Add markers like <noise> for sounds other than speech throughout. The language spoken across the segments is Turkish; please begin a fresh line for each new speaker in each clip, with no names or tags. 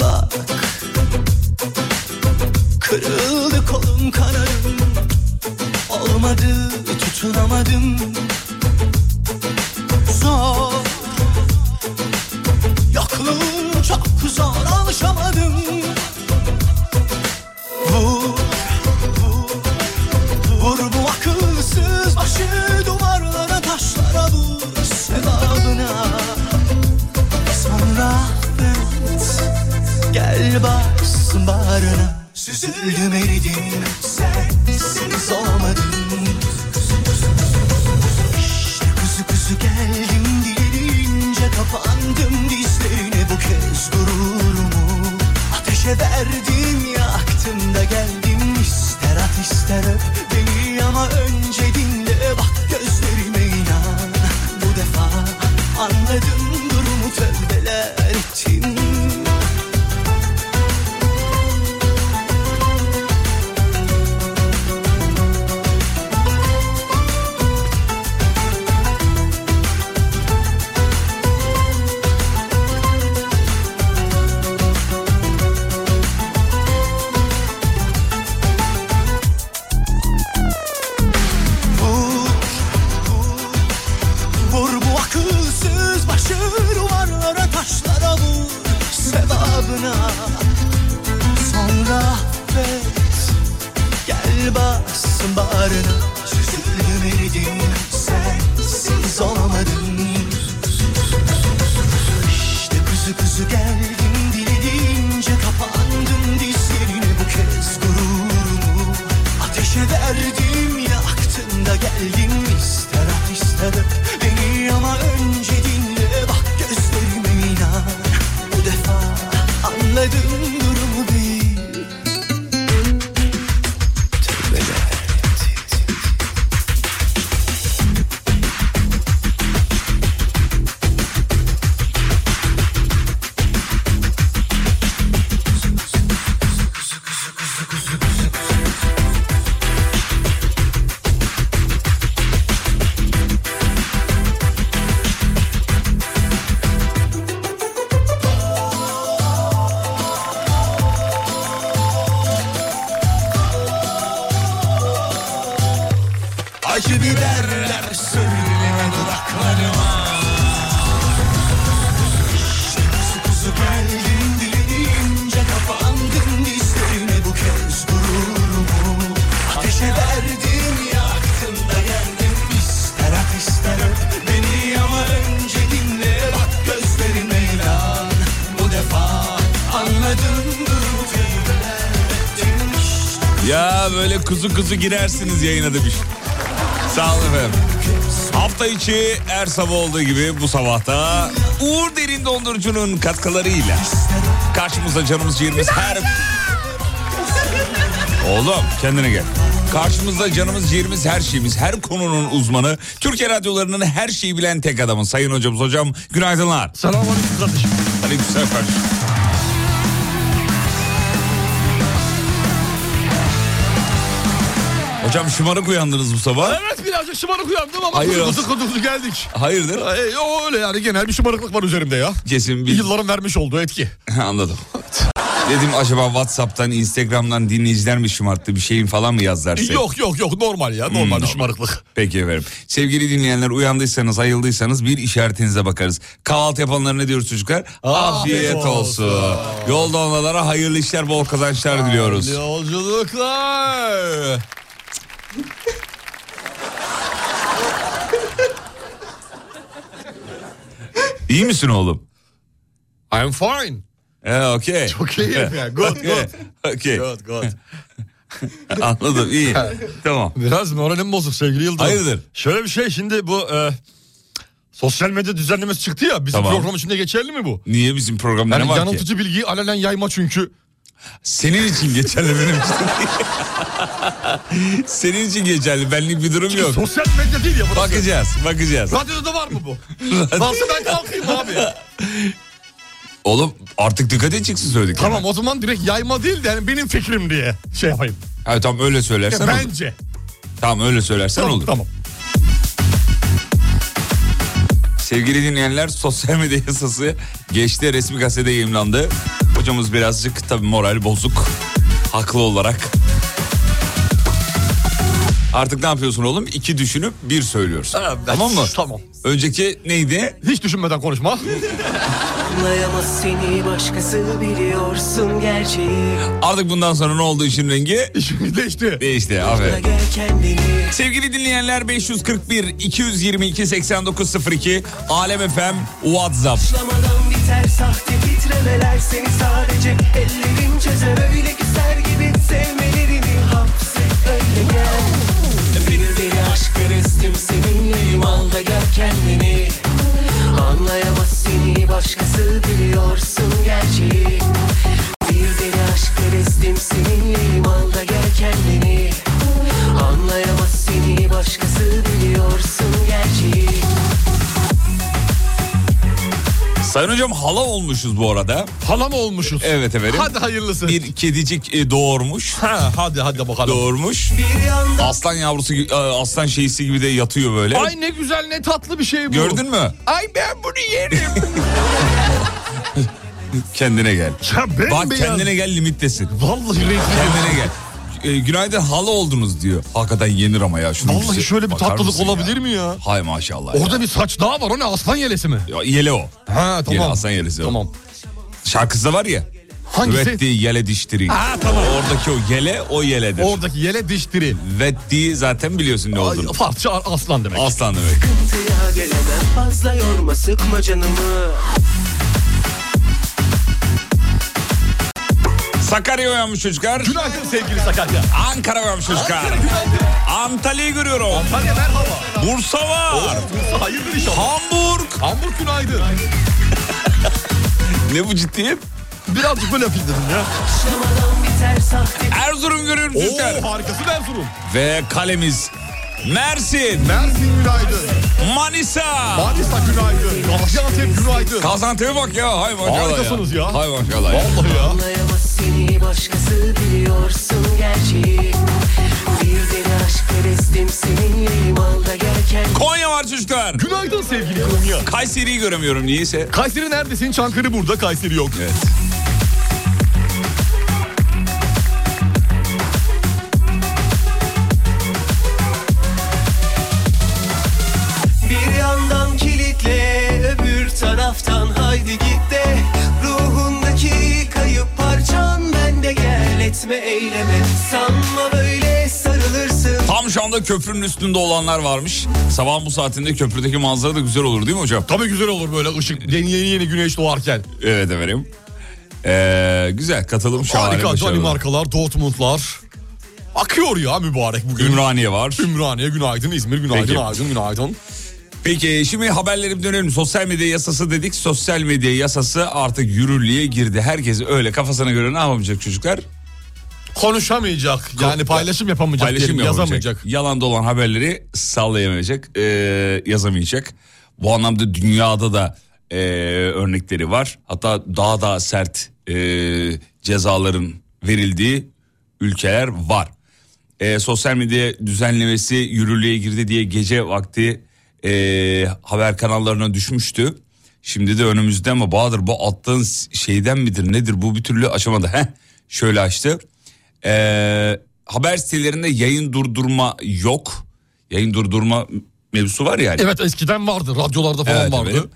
Bak Kırıldı kolum kanadım Olmadı tutunamadım Zor Yokluğum çok zor alışamadım Vur Vur Vur bu akılsız başı duvarlara taşlara vur Sevabına Sonra ben Gel bas bağrına Süzüldüm eridim Sensiz olmadım İşte kuzu kuzu geldim Dilerince kapandım dizlerine Bu kez gururumu Ateşe verdim yaktım da geldim İster at ister öp beni Ama önce dinle bak gözlerime inan Bu defa anladım durumu tövbeler ettim Vur, vur, vur bu akılsız başı duvarlara taşlara vur sevabına. Sonra affet, gel bas bağrına. Süzüldüm eridim, sensiz olamadım. İşte kuzu kuzu geldim dilediğince kapandım dizlerine bu kez gururumu Ateşe verdim yaktın da geldim ister at ister öp beni ama önce dinle bak gözlerime inan Bu defa anladım durumu bil Acı biberler sürgüleme dudaklarıma Kuzu kuzu geldim dilince kapandım dizlerine bu kez gururumu Ateşe verdim yaktım da geldim ister at ister öp beni ama önce dinle bak gözlerime inan Bu defa anladım durumu teybeler ettim işte
Ya böyle kuzu kuzu girersiniz yayına demiş. Sağ olun efendim. Hafta içi her sabah olduğu gibi bu sabahta Uğur Derin Dondurucu'nun katkılarıyla karşımıza canımız ciğerimiz her... Oğlum kendine gel. Karşımızda canımız ciğerimiz her şeyimiz her konunun uzmanı Türkiye radyolarının her şeyi bilen tek adamı sayın hocamız hocam günaydınlar.
Selamünaleyküm kardeşim.
Aleykümselam kardeşim. Hocam şımarık uyandınız bu sabah.
Evet birazcık şımarık uyandım ama
Hayır
Hayır.
olsun.
kuzu kuzu geldik.
Hayırdır?
Ee, o öyle yani genel bir şımarıklık var üzerimde ya.
Kesin bir...
Yılların vermiş olduğu etki.
<laughs> Anladım. Dedim acaba Whatsapp'tan, Instagram'dan dinleyiciler mi şımarttı bir şeyin falan mı yazdılar size?
Yok yok yok normal ya normal bir şımarıklık.
Peki efendim. Sevgili dinleyenler uyandıysanız, ayıldıysanız bir işaretinize bakarız. Kahvaltı yapanlara ne diyoruz çocuklar? Afiyet olsun. Yolda olanlara hayırlı işler, bol kazançlar diliyoruz.
Yolculuklar.
İyi misin oğlum?
I'm fine.
Ee, okey.
Çok iyiyim ya. Good
<laughs> Okey,
good.
Okey.
Good good.
<laughs>
<laughs>
Anladım iyi. tamam.
Biraz moralim bozuk sevgili Yıldırım.
Hayırdır?
Şöyle bir şey şimdi bu e, Sosyal medya düzenlemesi çıktı ya. Bizim
Tamam.
program içinde geçerli mi bu?
Niye bizim programda
Yani
ne var ki? <laughs>
yanıltıcı bilgiyi alenen yayma çünkü.
Senin için geçerli
şey
benim için değil. Senin için geçerli benlik bir durum yok.
Sosyal medya değil ya burası.
Bakacağız
<laughs>
bakacağız.
Radyoda da var mı bu? Varsa ben kalkayım abi.
Oğlum artık dikkate çıksın söyledik.
tamam o zaman direkt yayma değil de yani benim fikrim diye şey yapayım.
Ha, tamam öyle söylersen olur.
Bence.
Tamam öyle söylersen
Tamam,
olur.
Tamam.
Sevgili dinleyenler sosyal medya yasası geçti resmi gazetede yayımlandı. Hocamız birazcık tabii moral bozuk haklı olarak. Artık ne yapıyorsun oğlum? İki düşünüp bir söylüyorsun. tamam mı?
Tamam.
Önceki neydi?
Hiç düşünmeden konuşma.
Anlayamaz seni başkası biliyorsun gerçeği
Artık bundan sonra ne oldu işin rengi?
İşimiz değişti.
Değişti aferin.
Gel kendini
Sevgili dinleyenler 541 222 8902 Alem FM WhatsApp.
Başlamadan biter sahte titremeler Seni sadece ellerim çözer Öyle ki ser gibi sevmelerini hapse öyle gel Bir deli aşk restim seninleyim Al da gör kendini Anlayamaz seni başkası biliyorsun gerçeği Bir deli aşk restim seninleyim Al da gör kendini Anlayamaz seni başkası biliyorsun gerçeği
Sayın hocam hala olmuşuz bu arada.
Hala mı olmuşuz?
Evet efendim.
Hadi hayırlısı.
Bir kedicik e, doğurmuş.
Ha, hadi hadi bakalım.
Doğurmuş. Aslan yavrusu gibi- e, aslan şeysi gibi de yatıyor böyle.
Ay ne güzel ne tatlı bir şey bu.
Gördün mü?
Ay ben bunu
<laughs>
yerim.
Kendine gel.
ya ben
Bak kendine gel limittesin.
Vallahi rezil.
Kendine gel. E, günaydın hala oldunuz diyor. Hakikaten yenir ama ya. Şunu
Vallahi şöyle bir tatlılık olabilir mi ya?
Hay maşallah. ya.
Orada bir saç daha var o ne aslan yelesi mi?
Ya, yele o.
Ha
Yele
tamam.
aslan yelesi o.
Tamam.
Şarkısı da var ya.
Hangisi?
Vetti yele diştiri.
Ha tamam.
Oradaki o yele o yeledir.
Oradaki yele diş diri.
Vetti zaten biliyorsun ne
Ay,
olduğunu.
Farsça aslan demek.
Aslan demek.
sıkıntıya gelemem Fazla yorma sıkma canımı
Sakarya uyanmış çocuklar.
Günaydın sevgili Sakarya.
Ankara uyanmış çocuklar. Antalya'yı görüyorum.
Sakarya merhaba.
Bursa var.
Bursa hayırdır inşallah.
Hamburg.
Hamburg günaydın.
Ne bu ciddiyet?
Birazcık böyle yapayım dedim ya.
Şamadan biter sahte
Erzurum görüyorum çocuklar.
Oo harikası Erzurum.
Ve kalemiz Mersin,
Mersin günaydın.
Manisa.
Manisa günaydın. Gaziantep günaydın.
Gaziantep'e bak ya. Hay maşallah
Harikasınız ya.
Hay maşallah ya.
Vallahi ya.
Anlayamaz seni başkası biliyorsun gerçeği Bir deli aşk perestim seninleyim Al da gel kendini
Konya var çocuklar.
Günaydın sevgili Konya.
Kayseri'yi göremiyorum niyeyse.
Kayseri neredesin? Çankırı burada, Kayseri yok.
Evet.
Bir yandan kilitle öbür taraftan haydi git de Ruhundaki kayıp parçan bende gel etme eyleme Sanma böyle sarılırsın
Tam şu anda köprünün üstünde olanlar varmış. Sabahın bu saatinde köprüdeki manzara da güzel olur değil mi hocam?
Tabii güzel olur böyle ışık yeni yeni, yeni güneş doğarken.
Evet efendim. Ee, güzel katılım şahane.
Harika
başarılı.
Danimarkalar, Dortmundlar. Akıyor ya mübarek bugün.
Ümraniye var.
Ümraniye günaydın, İzmir günaydın,
Peki.
Aydın günaydın.
Peki şimdi haberlerim dönelim. Sosyal medya yasası dedik. Sosyal medya yasası artık yürürlüğe girdi. Herkes öyle kafasına göre ne yapamayacak çocuklar?
Konuşamayacak yani paylaşım yapamayacak,
Paylaşım
diyelim,
yapamayacak.
yazamayacak.
Yalan dolan haberleri sallayamayacak, ee, yazamayacak. Bu anlamda dünyada da ee, örnekleri var. Hatta daha da sert ee, cezaların verildiği ülkeler var. Ee, sosyal medya düzenlemesi yürürlüğe girdi diye gece vakti ee, haber kanallarına düşmüştü. Şimdi de önümüzde ama Bahadır bu attığın şeyden midir nedir bu bir türlü aşamadı. Heh, şöyle açtı. Ee, haber sitelerinde yayın durdurma yok. Yayın durdurma mevzusu var hani. yani.
Evet eskiden vardı, radyolarda falan
Evet
vardı.
efendim.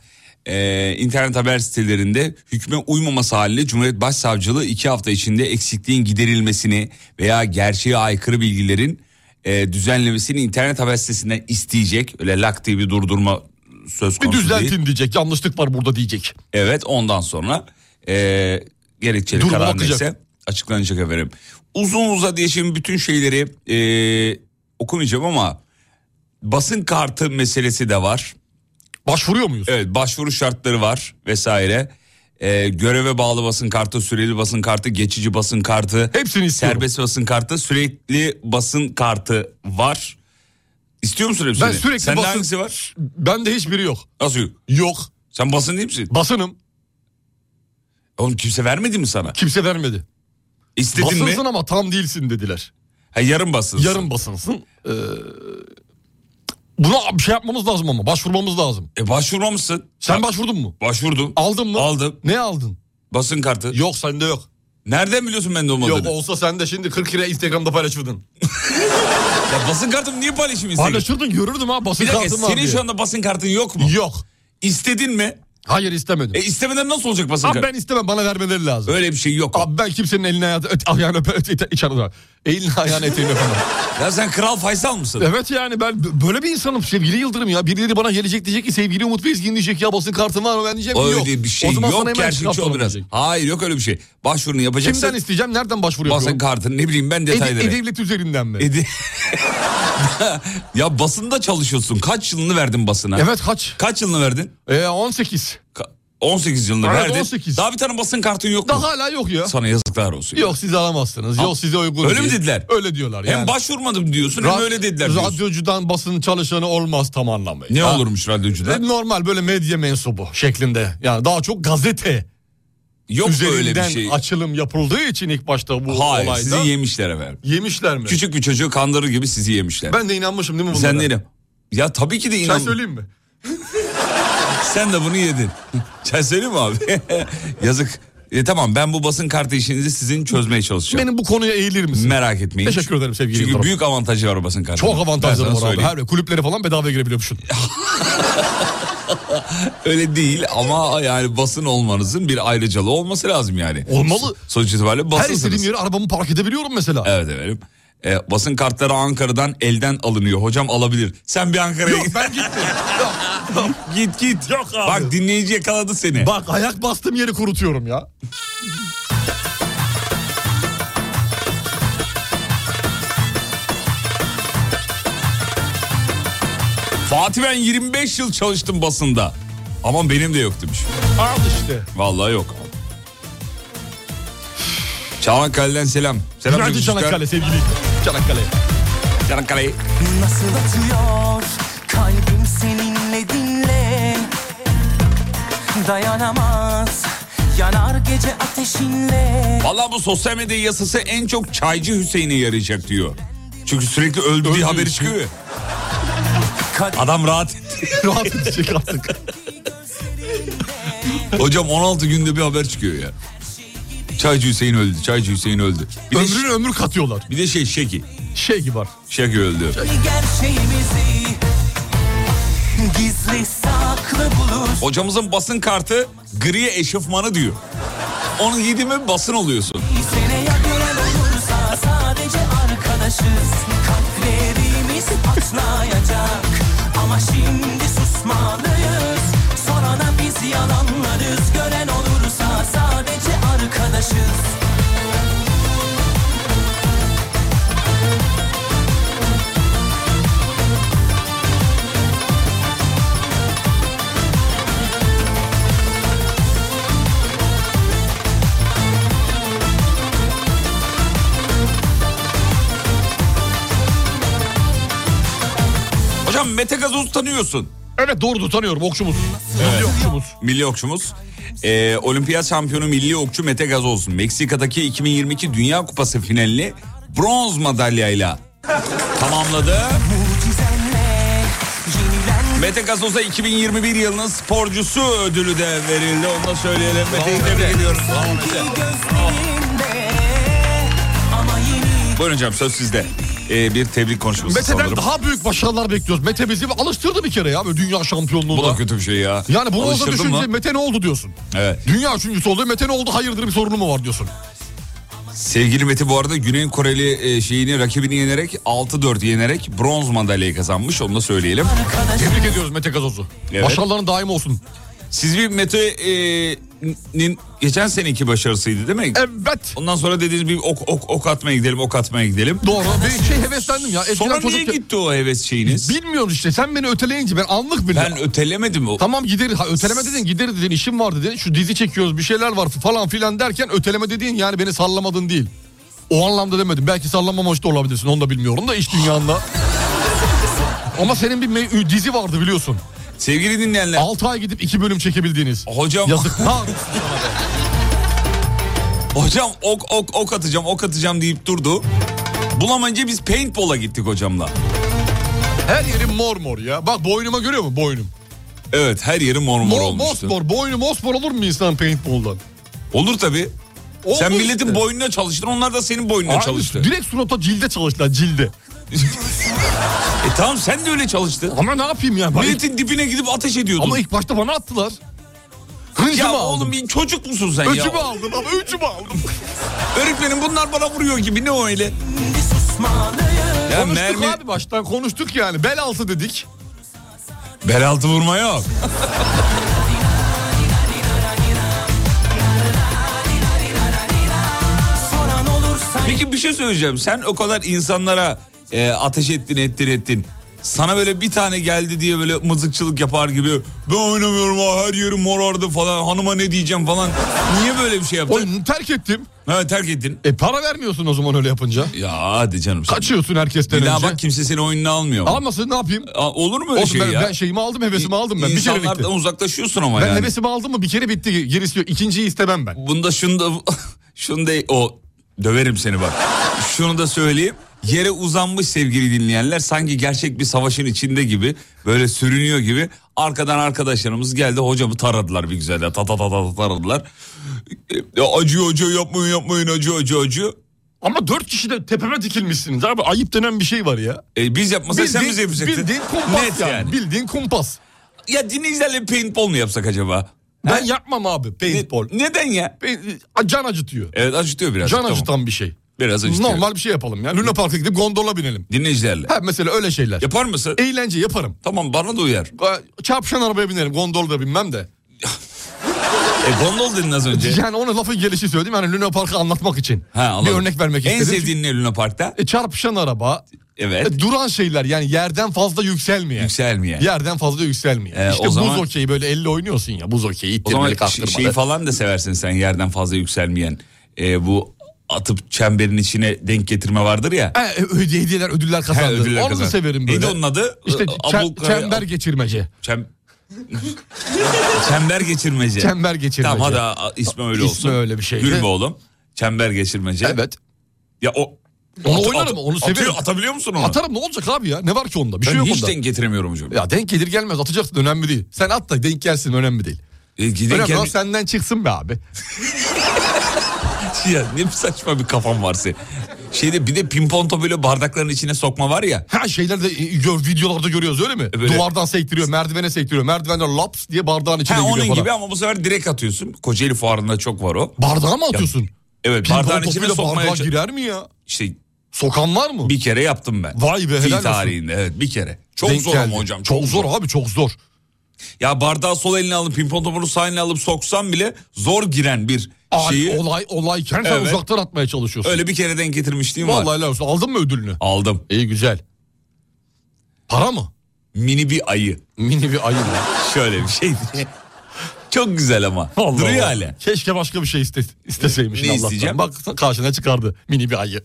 Ee, internet haber sitelerinde hükme uymaması haliyle Cumhuriyet Başsavcılığı iki hafta içinde eksikliğin giderilmesini veya gerçeğe aykırı bilgilerin e, düzenlemesini internet haber sitesinden isteyecek. Öyle lak diye bir durdurma söz
Bir
konusu değil.
düzeltin diyecek, yanlışlık var burada diyecek.
Evet ondan sonra e, gerekçeli
Duruma
karar
bakacak.
neyse açıklanacak efendim. Uzun uzadıya şimdi bütün şeyleri e, okumayacağım ama basın kartı meselesi de var.
Başvuruyor muyuz?
Evet başvuru şartları var vesaire. Ee, göreve bağlı basın kartı, süreli basın kartı, geçici basın kartı,
Hepsini istiyorum.
serbest basın kartı, sürekli basın kartı var. İstiyor musun hepsini?
Ben sürekli
Sende
basın-
hangisi var?
Bende hiçbiri yok.
Nasıl yok?
Yok.
Sen basın değil misin?
Basınım.
Oğlum kimse vermedi mi sana?
Kimse vermedi.
İstedin
basınsın
mi?
ama tam değilsin dediler.
Ha, yarın basınsın.
Yarın basınsın. Ee, buna bir şey yapmamız lazım ama. Başvurmamız lazım.
E başvurmamışsın.
Sen
Ha,
başvurdun mu?
Başvurdum.
Aldın mı?
Aldım.
Ne aldın?
Basın kartı.
Yok sende yok.
Nereden biliyorsun bende olmadığını?
Yok olsa sen de şimdi 40 lira Instagram'da paylaşırdın.
<laughs> Ya basın kartımı niye paylaşayım Instagram?
Paylaşırdın görürdüm ha basın
Bir dakika
kartım var
senin
diye.
şu anda basın kartın yok mu?
Yok.
İstedin mi?
Hayır istemedim.
E istemeden nasıl olacak basın
Abi
kartı?
ben istemem bana vermeleri lazım.
Öyle bir şey yok.
Abi ben kimsenin elini ayağını öte, ayağını öpe, öte, öte, içeri doğru. Elini
<laughs>
ayağını eteğini öpemem.
Ya sen Kral Faysal mısın?
evet yani ben b- böyle bir insanım sevgili Yıldırım ya. Birileri bana gelecek diyecek ki sevgili Umut Bezgin diyecek ya basın kartın var mı ben diyeceğim ki yok.
Öyle bir şey
O zaman sana
yok
hemen
gerçekçi
çıkartalım
ol biraz.
diyecek.
Hayır yok öyle bir şey. Başvurunu yapacaksın.
Kimden isteyeceğim nereden başvuru
Basın
yapıyorum?
kartını ne bileyim ben
Ed-
detayları.
E-Devlet üzerinden mi?
Edi- <laughs> ya basında çalışıyorsun. Kaç yılını verdin basına?
evet kaç?
Kaç yılını verdin?
Ee, 18.
Ka- 18 yılını
Evet,
verdin.
18.
Daha bir tane basın kartın yok
Daha
mu?
hala yok ya.
Sana yazıklar olsun.
Yok siz alamazsınız.
Ha,
Yok size uygun
öyle
değil.
mi dediler?
Öyle diyorlar
Hem
yani.
başvurmadım diyorsun hem
Ra-
öyle dediler diyorsun.
Radyocudan basın çalışanı olmaz tam anlamıyla.
Ne
Ha.
olurmuş radyocuda?
Ve Normal böyle medya mensubu şeklinde. Yani daha çok gazete
Yok öyle bir
üzerinden
şey.
açılım yapıldığı için ilk başta bu
Hayır
olayda.
sizi yemişler efendim.
yemişler mi?
Küçük bir çocuğu kandırır gibi sizi yemişler.
Ben de inanmışım değil mi bunlara?
Sen neyle? Ya tabii ki de
Çay
inan.
söyleyeyim mi?
Sen de bunu yedin. <laughs> Çay söyleyeyim mi abi? <laughs> Yazık. E tamam ben bu basın kartı işinizi sizin
<laughs>
çözmeye çalışacağım.
Benim bu konuya eğilir misin?
Merak etmeyin.
Teşekkür ederim sevgili
Çünkü
Yıldırım.
büyük avantajı var o basın kartı.
Çok avantajları var abi. Her kulüplere falan bedava girebiliyormuşsun.
<laughs> Öyle değil ama yani basın olmanızın bir ayrıcalığı olması lazım yani.
Olmalı.
Sonuç itibariyle
Her istediğim
basınsınız.
yere arabamı park edebiliyorum mesela.
Evet efendim. E, basın kartları Ankara'dan elden alınıyor. Hocam alabilir. Sen bir Ankara'ya
Yok
git.
ben gittim.
Git git.
Yok abi.
Bak dinleyici yakaladı seni.
Bak ayak bastığım yeri kurutuyorum ya.
Fatih ben 25 yıl çalıştım basında. Aman benim de yok demiş.
Al işte.
Vallahi yok. Çanakkale'den selam. Selam
Günaydın
çocuklar.
Çanakkale sevgili. Çanakkale.
Çanakkale.
Nasıl atıyor kalbim seninle dinle Dayanamaz yanar gece ateşinle
Vallahi bu sosyal medya yasası en çok çaycı Hüseyin'e yarayacak diyor. Çünkü sürekli öldü diye
Öldü.
haberi çıkıyor. ya. Adam rahat etti.
<laughs> Rahat edecek artık.
Hocam 16 günde bir haber çıkıyor ya. Çaycı Hüseyin öldü. Çaycı Hüseyin öldü. Bir de, şey-
Ömrüne ömür katıyorlar.
bir de şey Şeki.
Şey gibi var.
Şeki öldü.
Gerçeğimizi gizli saklı bulur
Hocamızın basın kartı gri eşofmanı diyor. Onu giydi mi basın oluyorsun.
Seneye gören olursa sadece arkadaşız Kalplerimiz patlayacak Ama şimdi susmalıyız Sonra da biz yalanlarız Gören olursa sadece arkadaşız
Hocam Mete Gazoz'u tanıyorsun.
Evet doğru tanıyorum okçumuz. Evet. Okçumuz.
Milli okçumuz. Ee, olimpiyat şampiyonu milli okçu Mete Gazoz. Meksika'daki 2022 Dünya Kupası finalini bronz madalyayla tamamladı. Mete Gazoz'a 2021 yılının sporcusu ödülü de verildi. Onu da söyleyelim. Mete'yi tebrik ediyoruz. Buyurun hocam söz sizde. Ee, bir tebrik konuşması
Mete'den
sanırım.
daha büyük başarılar bekliyoruz. Mete bizi alıştırdı bir kere ya böyle dünya şampiyonluğuna.
Bu da kötü bir şey ya.
Yani bunu olsa
Alıştırdın
düşünce
mı?
Mete ne oldu diyorsun.
Evet.
Dünya üçüncüsü oldu Mete ne oldu hayırdır bir sorunu mu var diyorsun.
Sevgili Mete bu arada Güney Koreli e, şeyini rakibini yenerek 6-4 yenerek bronz madalyayı kazanmış onu da söyleyelim.
Tebrik ediyoruz Mete Gazoz'u.
Evet.
Başarıların daim olsun.
Siz bir Mete e, Türkiye'nin geçen seneki başarısıydı değil mi?
Evet.
Ondan sonra dediğiniz bir ok, ok, ok atmaya gidelim, ok atmaya gidelim.
Doğru. Bir şey heveslendim ya. Eskiden
Sonra niye
çocukken-
gitti o heves şeyiniz?
Bilmiyorum işte sen beni öteleyince ben anlık bir...
Ben ötelemedim o.
Tamam gider ha, öteleme dedin gider dedin işim var dedin şu dizi çekiyoruz bir şeyler var falan filan derken öteleme dediğin yani beni sallamadın değil. O anlamda demedim belki sallamamış da olabilirsin onu da bilmiyorum da iş dünyanda. Ama senin bir me- dizi vardı biliyorsun.
Sevgili dinleyenler.
6 ay gidip 2 bölüm çekebildiğiniz.
Hocam <laughs>
Yazıklar.
hocam ok ok ok atacağım ok atacağım deyip durdu. Bulamayınca biz paintball'a gittik hocamla.
Her yerim mor mor ya. Bak boynuma görüyor musun boynum?
Evet her yeri mor mor
Mor,
olmuştu.
mosmor. Boynu mosmor olur mu insan paintball'dan?
Olur tabii.
Olur
Sen milletin
işte.
boynuna çalıştın onlar da senin boynuna
Aynı-
çalıştı.
Direkt surata cilde çalıştılar cilde.
<laughs> E tamam sen de öyle çalıştın.
Ama ne yapayım ya? Ben
Milletin dibine gidip ateş ediyordun.
Ama ilk başta bana attılar. Hıncımı
ya
aldım.
oğlum bir çocuk musun sen ya?
Öcümü aldım ama öcümü aldım.
Öğretmenim bunlar bana vuruyor gibi ne o öyle? Ya
konuştuk
mermi
abi baştan konuştuk yani. Bel altı dedik.
bel altı vurma yok. Peki bir şey söyleyeceğim. Sen o kadar insanlara e, ateş ettin ettin ettin. Sana böyle bir tane geldi diye böyle mızıkçılık yapar gibi ben oynamıyorum ha her yerim morardı falan hanıma ne diyeceğim falan. Niye böyle bir şey yaptın?
Oyunu terk ettim.
Ha, terk ettin.
E para vermiyorsun o zaman öyle yapınca.
Ya hadi canım. sen.
Kaçıyorsun herkesten
Bir daha
önce.
bak kimse seni oyununa almıyor.
Almasın ne yapayım?
Aa, olur mu öyle
Olsun
şey
ben,
ya?
ben şeyimi aldım hevesimi aldım ben. Bir kere bitti.
İnsanlardan uzaklaşıyorsun ama
Ben
yani.
hevesimi aldım mı bir kere bitti. Gerisi yok. İkinciyi istemem ben.
Bunda şunu da <laughs> şunu da o döverim seni bak. Şunu da söyleyeyim. Yere uzanmış sevgili dinleyenler sanki gerçek bir savaşın içinde gibi böyle sürünüyor gibi arkadan arkadaşlarımız geldi hocamı taradılar bir güzel ya, ta ta ta ta ta taradılar. Ya acıyor acıyor yapmayın yapmayın acıyor acıyor acıyor.
Ama dört kişi de tepeme dikilmişsiniz abi. Ayıp denen bir şey var ya.
E, biz yapmasak sen bize yapacaktın.
bildiğin kumpas
Net
yani.
yani.
Bildiğin kumpas.
Ya dinleyicilerle paintball mu yapsak acaba?
Ben yapmam abi paintball.
Neden ya?
Paint- A- Can acıtıyor.
Evet acıtıyor biraz.
Can
Tamam.
acıtan bir şey.
Biraz acıtıyor.
Normal bir şey yapalım ya. Luna Park'a gidip gondola binelim.
Dinleyicilerle.
Ha mesela öyle şeyler.
Yapar mısın?
Eğlence yaparım.
Tamam bana da uyar.
Ee, Çarpışan arabaya binerim. Gondolda binmem de.
E gondol dedin az önce.
Yani ona lafın gelişi söyledim. Yani Luna Park'ı anlatmak için.
Ha, anladım.
Bir örnek vermek
en
istedim.
sevdiğin ne Luna Park'ta?
E, çarpışan araba.
Evet.
e, duran şeyler yani yerden fazla yükselmeyen.
Yükselmeyen.
Yerden fazla yükselmeyen.
E,
işte
o zaman-
buz okeyi böyle elle oynuyorsun ya. Buz okeyi
o zaman
ittirmeli
şey-
kastırmalı.
şeyi falan da seversin sen yerden fazla yükselmeyen. E, bu atıp çemberin içine denk getirme vardır ya.
E, e, hediye- hediyeler ödüller kazandı.
Ha, ödüller
Onu
kazan.
da severim böyle.
Neydi onun adı?
İşte
E,
çem-
abluka-
çember geçirmece.
Çem... <laughs> çember geçirmece.
Çember geçirmece.
Tamam hadi a- ismi öyle
İsmi
olsun.
öyle bir şeydi.
Gülme oğlum. Çember geçirmece.
Evet.
Ya o...
Onu oynarım, onu
atıyor-
severim.
atabiliyor musun onu?
Atarım ne olacak abi ya? Ne var ki onda? Bir
ben
şey yok
hiç
onda.
denk getiremiyorum <laughs> hocam.
Ya denk gelir gelmez atacaksın önemli değil. Sen at da denk gelsin önemli değil.
E, denk
önemli
gelmiş-
olan senden çıksın be abi.
Ya ne saçma bir kafam var senin. Şeyde bir de pimpon topuyla bardakların içine sokma var ya.
Her şeylerde gör, videolarda görüyoruz öyle mi?
E, Böyle-
Duvardan sektiriyor, merdivene sektiriyor. Merdivenler laps diye bardağın içine
Ha,
giriyor
onun
falan.
gibi ama bu sefer direkt atıyorsun. Kocaeli fuarında çok var o.
Bardağa mı atıyorsun?
Evet
Pimpon
bardağın içine
topuyla
sokmaya
bardağa
çalış-
girer mi ya?
İşte
Sokan var mı?
bir kere yaptım ben.
Vay be,
Fi
helal olsun.
tarihinde evet bir kere. Çok
Denk
zor
geldi.
ama hocam.
Çok, zor abi çok zor.
Ya bardağı sol eline alıp pimpon topunu sağ eline alıp soksan bile zor giren bir
Abi,
şeyi.
olay olayken sen
Evet.
uzaktan atmaya çalışıyorsun.
Öyle bir kere denk getirmişliğim var.
Vallahi helal olsun. Aldın mı ödülünü?
Aldım.
İyi güzel. Para mı?
Mini bir ayı.
Mini bir ayı mı?
<laughs> Şöyle bir şeydi. çok güzel ama. Duruyor
Allah.
hala.
Keşke başka bir şey iste, isteseymiş
Ne
Allah'tan.
isteyeceğim?
Bak karşına çıkardı mini bir ayı.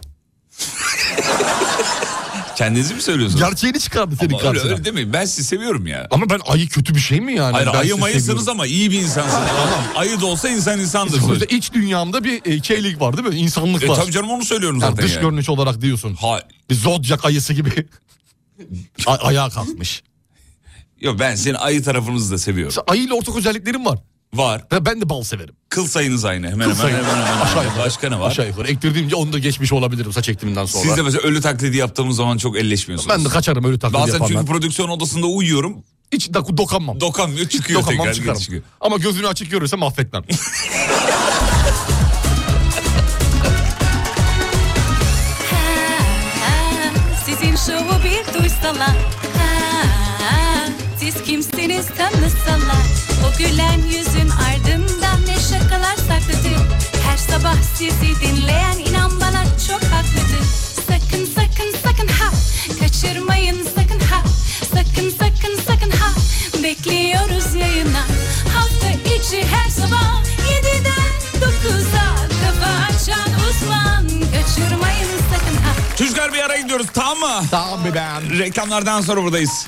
Kendinizi mi söylüyorsunuz?
Gerçeğini çıkardı senin
Ama öyle,
karşına.
öyle demeyin. Ben sizi seviyorum ya.
Ama ben ayı kötü bir şey mi yani?
Hayır
Ben
ayı
sizi
mayısınız
seviyorum.
ama iyi bir
<laughs>
insansınız. Ayı da olsa insan insandır.
Sonuçta iç dünyamda bir e, şeylik var değil mi? İnsanlık
E,
var.
tabii canım onu söylüyorum
Yani
zaten
dış
yani.
görünüş olarak diyorsun.
Ha,
Bir zodyak ayısı gibi. A- ayağa kalkmış.
yo, ben senin ayı tarafınızı da seviyorum.
Mesela ayıyla ortak özelliklerim var.
Var.
Ve Ben de bal severim.
Kıl sayınız aynı. Hemen
Kıl
hemen,
sayı-
hemen, hemen,
aşağı
aynı.
yukarı.
Başka ne var?
Aşağı yukarı. Ektirdiğimce onu da geçmiş olabilirim saç ektiğimden sonra.
Siz de mesela ölü taklidi yaptığımız zaman çok elleşmiyorsunuz.
Ben de kaçarım öyle taklit
Bazen
yapanlar.
çünkü prodüksiyon odasında uyuyorum.
Hiç da- dokanmam.
Dokanmıyor çıkıyor
Dokanmam
tekrar.
çıkarım.
geri Çıkıyor.
Ama gözünü açık görürsem affetmem.
Ha, Sizin şovu bir duysalar ha, Siz kimsiniz tanısalar O gülen yüzün ardından neşe sabah sizi dinleyen inan bana çok haklıdır Sakın sakın sakın ha kaçırmayın sakın ha Sakın sakın sakın ha bekliyoruz yayına Hafta içi her sabah 7'den 9'a kafa açan uzman Kaçırmayın sakın ha
Çocuklar bir ara gidiyoruz tamam mı?
Tamam be ben.
Reklamlardan sonra buradayız.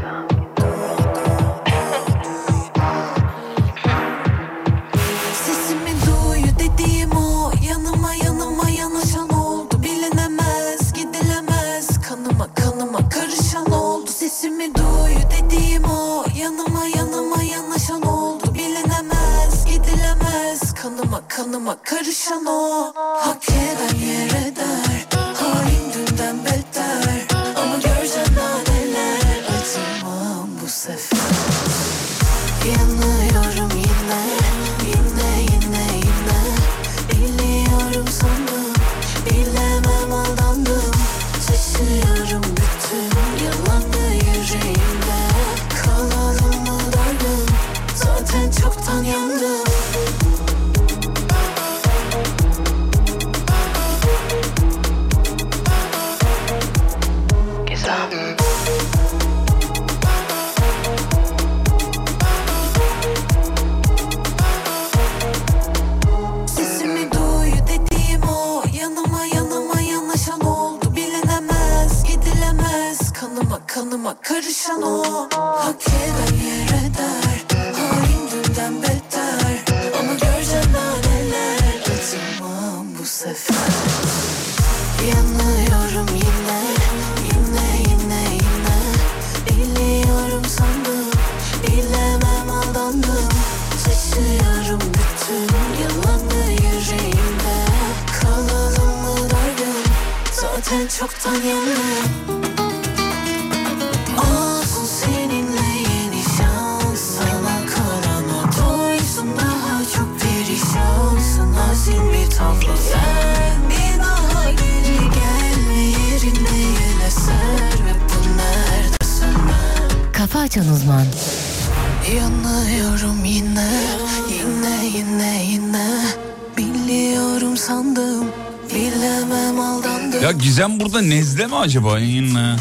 Sesimi duyu dediğim o Yanıma yanıma yanaşan oldu Bilinemez gidilemez Kanıma kanıma karışan oldu Sesimi duyu dediğim o Yanıma yanıma yanaşan oldu Bilinemez gidilemez Kanıma kanıma karışan o Hak eden yer eder Halim dünden beter Ama göreceğim daha neler Acımam bu sefer Yanıyorum yine, yine, yine, yine Biliyorum sandım, bilemem aldandım Taşıyorum bütün yalanı yüreğimde Kalalım mı dargın, zaten çoktan yandım
Güzel.
Sesimi duyu dediğim o Yanıma yanıma yanaşan oldu Bilinemez gidilemez Kanıma kanıma karışan o Hak eden yer eder Hain dünden beter Ama göreceğim daha neler Acımam bu sefer Yanıyorum yine, yine, yine, yine Biliyorum sandım, bilemem aldandım Taşıyorum bütün yalanı yüreğimde Kalalım mı dargın, zaten çoktan yandım Olsun seninle yeni şans Sana karana doysun daha çok perişansın Hazin bir tablo sen Bir daha geri gelme yerinde yine serme Bu nerede sönmez
Kafa Açan Uzman
Yanıyorum yine, yine, yine, yine Biliyorum sandım, bilemem aldandım
Ya Gizem burada nezle mi acaba? Yine.
Ne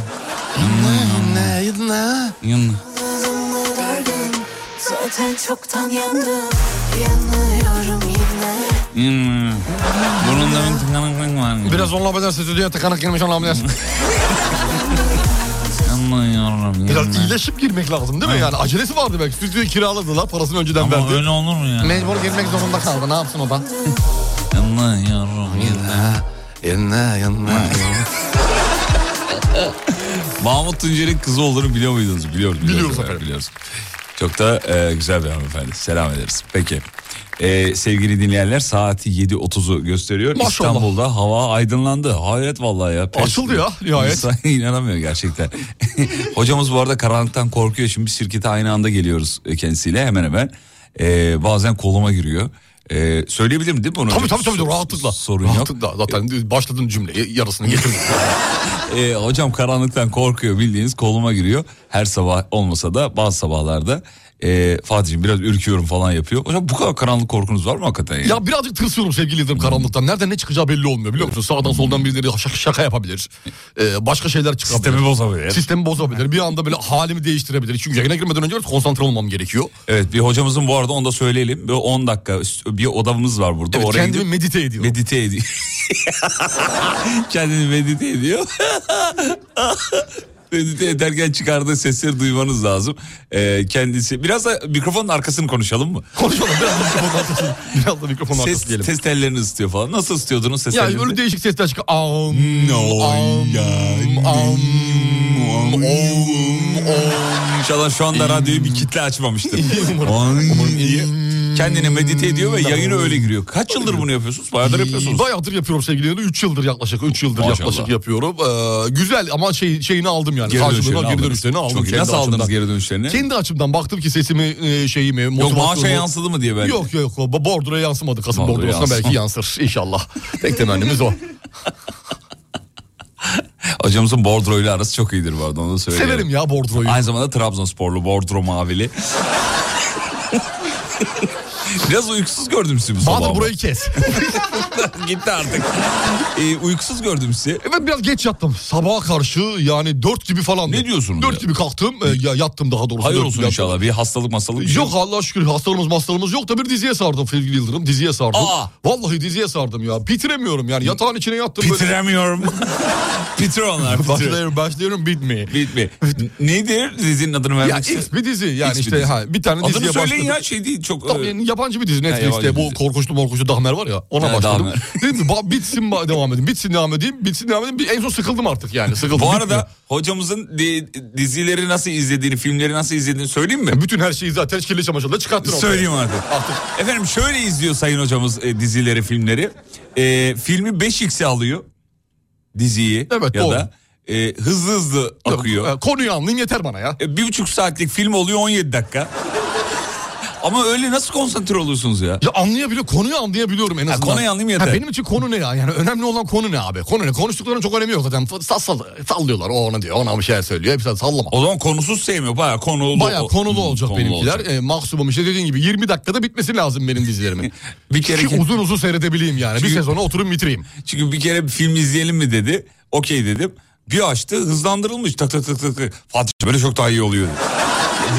ne?
Yine.
Yalnızımı dardım, zaten çoktan yandım Yanıyorum yine,
Yine. Burunların Hmm. tıkanıklık var.
Biraz onunla bederse stüdyoya takanak girmiş onunla bedersin.
Anlıyorum.
Biraz
yine.
iyileşip girmek lazım değil mi yani? Acelesi vardı belki. Stüdyoyu kiraladılar parasını önceden
Ama
verdi.
öyle olur mu ya?
Mecbur girmek zorunda kaldı. Ne yapsın o da?
Anlıyorum. yine.
Yanına yanına.
Mahmut Tuncer'in kızı olduğunu biliyor muydunuz? Biliyoruz.
Biliyoruz
efendim,
efendim.
Biliyoruz. Çok da e, güzel bir hanımefendi. Selam ederiz. Peki. E, sevgili dinleyenler saati 7.30'u gösteriyor.
Maşallah.
İstanbul'da hava aydınlandı. Hayret vallahi ya. Pes-
Açıldı ya, nihayet.
İnsan <laughs> inanamıyor gerçekten. <laughs> Hocamız bu arada karanlıktan korkuyor. Şimdi bir şirkete aynı anda geliyoruz e, kendisiyle hemen hemen. E, bazen koluma giriyor. E, söyleyebilirim değil mi bunu?
Tabii tabii tabii rahatlıkla.
Sorun yok.
rahatlıkla. Zaten başladığın cümleyi yarısını getirdin.
<laughs> E, hocam karanlıktan korkuyor bildiğiniz koluma giriyor. Her sabah olmasa da bazı sabahlarda e, Fatih'im biraz ürküyorum falan yapıyor. Hocam bu kadar karanlık korkunuz var mı hakikaten ya?
ya birazcık tırsıyorum sevgili Yıldırım karanlıktan. Nereden ne çıkacağı belli olmuyor biliyor musun? Sağdan soldan birileri şaka, şaka yapabilir. Ee, başka şeyler çıkabilir.
Sistemi bozabilir.
Sistemi bozabilir. Bir anda böyle halimi değiştirebilir. Çünkü yayına girmeden önce konsantre olmam gerekiyor.
Evet bir hocamızın bu arada onu da söyleyelim. Bir 10 dakika üst- bir odamız var burada.
Evet,
Oraya
kendimi
gidip
medite ediyorum.
medite ediyor. <laughs> Kendini medite ediyor. <laughs> medite ederken çıkardığı sesleri duymanız lazım. E, kendisi biraz da mikrofonun arkasını konuşalım mı?
Konuşalım biraz da mikrofonun arkasını. Biraz da mikrofonun
Ses,
arkası diyelim.
ses tellerini ısıtıyor falan. Nasıl ısıtıyordunuz ses
Ya
tellerini?
öyle değişik sesler çıkıyor.
Hmm.
Am,
No,
am,
ya,
am, am, om,
İnşallah şu anda radyoyu bir kitle açmamıştır.
Umarım.
Ay.
Umarım iyi.
Kendini medite ediyor ve yayına öyle giriyor. Kaç yıldır bunu yapıyorsunuz? Bayağıdır
om.
yapıyorsunuz.
Bayağıdır yapıyorum sevgili yayını. 3 yıldır yaklaşık. 3 yıldır
Maşallah.
yaklaşık yapıyorum. Ee, güzel ama şey, şeyini aldım yani.
Geri
Karşılığında
dönüşlerini
geri
aldınız.
dönüşlerini aldım.
Çok iyi.
kendi
Nasıl aldınız
açımdan.
geri dönüşlerini?
Kendi açımdan baktım ki sesimi, e, şeyimi,
Yok maaşa
motivasyonumu-
yansıdı mı diye ben.
Yok yok o bordroya yansımadı. Kasım
Bordroya
bordrosuna
<laughs> yansıma.
belki yansır inşallah. Tek temennimiz o.
Hocamızın bordro ile arası çok iyidir bu arada onu da söyleyeyim.
Severim ya bordroyu.
Aynı zamanda Trabzonsporlu
<laughs>
bordro mavili. Biraz uykusuz gördüm sizi bu sabah.
Bahadır
ama.
burayı kes.
<laughs> Gitti artık. Ee, uykusuz gördüm sizi.
Evet E, biraz geç yattım. Sabaha karşı yani 4 gibi falan.
Ne diyorsunuz
4
ya?
gibi kalktım. e, ya yattım daha doğrusu.
Hayır
dört
olsun
gibi
inşallah. Bir hastalık masalık. bir şey
Yok Allah şükür hastalığımız mastalığımız yok da bir diziye sardım sevgili Yıldırım. Diziye sardım.
Aa!
Vallahi diziye sardım ya. Bitiremiyorum yani yatağın içine yattım böyle. <laughs>
Bitiremiyorum. Bitir onlar. Bitir.
Başlıyorum başlıyorum bitmiyor.
Bitme. Nedir dizinin adını
Ya
vermek
X bir dizi yani
X bir
işte
dizi.
ha, bir tane
Adını
diziye
söyleyin
başladım.
ya şey değil çok.
Tabii
e,
yani yabancı bir dizi Netflix'te
yabancı
bu
dizi.
korkunçlu morkunçlu Dahmer var ya ona
He,
başladım. <laughs>
Dahmer.
Dedim ki "Ba- bitsin ba- devam edeyim bitsin devam edeyim bitsin devam edeyim Bir- en son sıkıldım artık yani sıkıldım.
Bu
bitmiyor.
arada hocamızın di- dizileri nasıl izlediğini, filmleri nasıl izlediğini söyleyeyim mi?
Ya bütün her şeyi zaten kirli çamaşırla çıkarttın ortaya.
Söyleyeyim artık. Efendim şöyle izliyor sayın hocamız e, dizileri, filmleri. E, filmi 5x'e alıyor diziyi
Evet,
ya
doğru.
da e, hızlı hızlı akıyor.
E, Konuyu anlayayım yeter bana ya.
E, bir buçuk saatlik film oluyor 17 dakika.
<laughs>
Ama öyle nasıl konsantre oluyorsunuz ya?
Ya anlayabiliyor konuyu anlayabiliyorum en azından.
konuyu anlayayım yeter.
Ha, benim için konu ne ya? Yani önemli olan konu ne abi? Konu ne? Konuştuklarının çok önemi yok zaten. F- Sal, sal, sallıyorlar o ona diyor ona bir şeyler söylüyor. Hepsi sallama.
O zaman konusuz sevmiyor bayağı konulu.
Baya konulu
Hmm,
olacak
konulu
benimkiler.
olacak.
E, maksimum işte dediğin gibi 20 dakikada bitmesi lazım benim dizilerimin.
<laughs> Bir kere
Ki uzun uzun seyredebileyim yani.
Çünkü-
Bir sezonu oturup bitireyim.
Çünkü bir kere bir film izleyelim mi dedi. Okey dedim. Bir açtı hızlandırılmış tak tak tak tak. tak. Fatih böyle çok daha iyi
<laughs>
oluyor.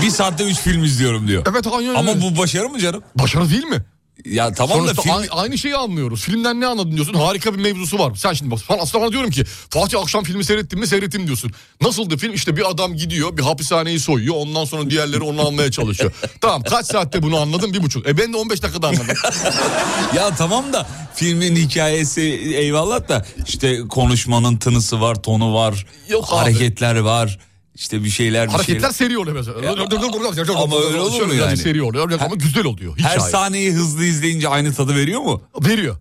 bir saatte üç film izliyorum diyor.
Evet aynen
Ama
öyle.
bu başarı mı canım?
Başarı değil
<laughs>
mi?
Ya tamam da
Sonuçta
film...
a- aynı şeyi anlıyoruz. Filmden ne anladın diyorsun. Harika bir mevzusu var. Sen şimdi bak falan aslında bana diyorum ki Fatih akşam filmi seyrettin mi seyrettim diyorsun. Nasıldı film? İşte bir adam gidiyor bir hapishaneyi soyuyor. Ondan sonra diğerleri onu almaya
<laughs>
çalışıyor. tamam kaç saatte bunu anladın? Bir buçuk. E ben de 15 dakikada anladım.
<laughs> Ya tamam da filmin hikayesi eyvallah da işte konuşmanın tınısı var, tonu var,
Yok abi.
hareketler var. işte bir şeyler bir
Hareketler
şeyler.
seri oluyor mesela.
Ya, ama öyle olur mu
Şöyle birazcık
yani?
Seri oluyor ama güzel oluyor.
Her
Hikaye.
sahneyi hızlı izleyince aynı tadı veriyor mu?
Veriyor.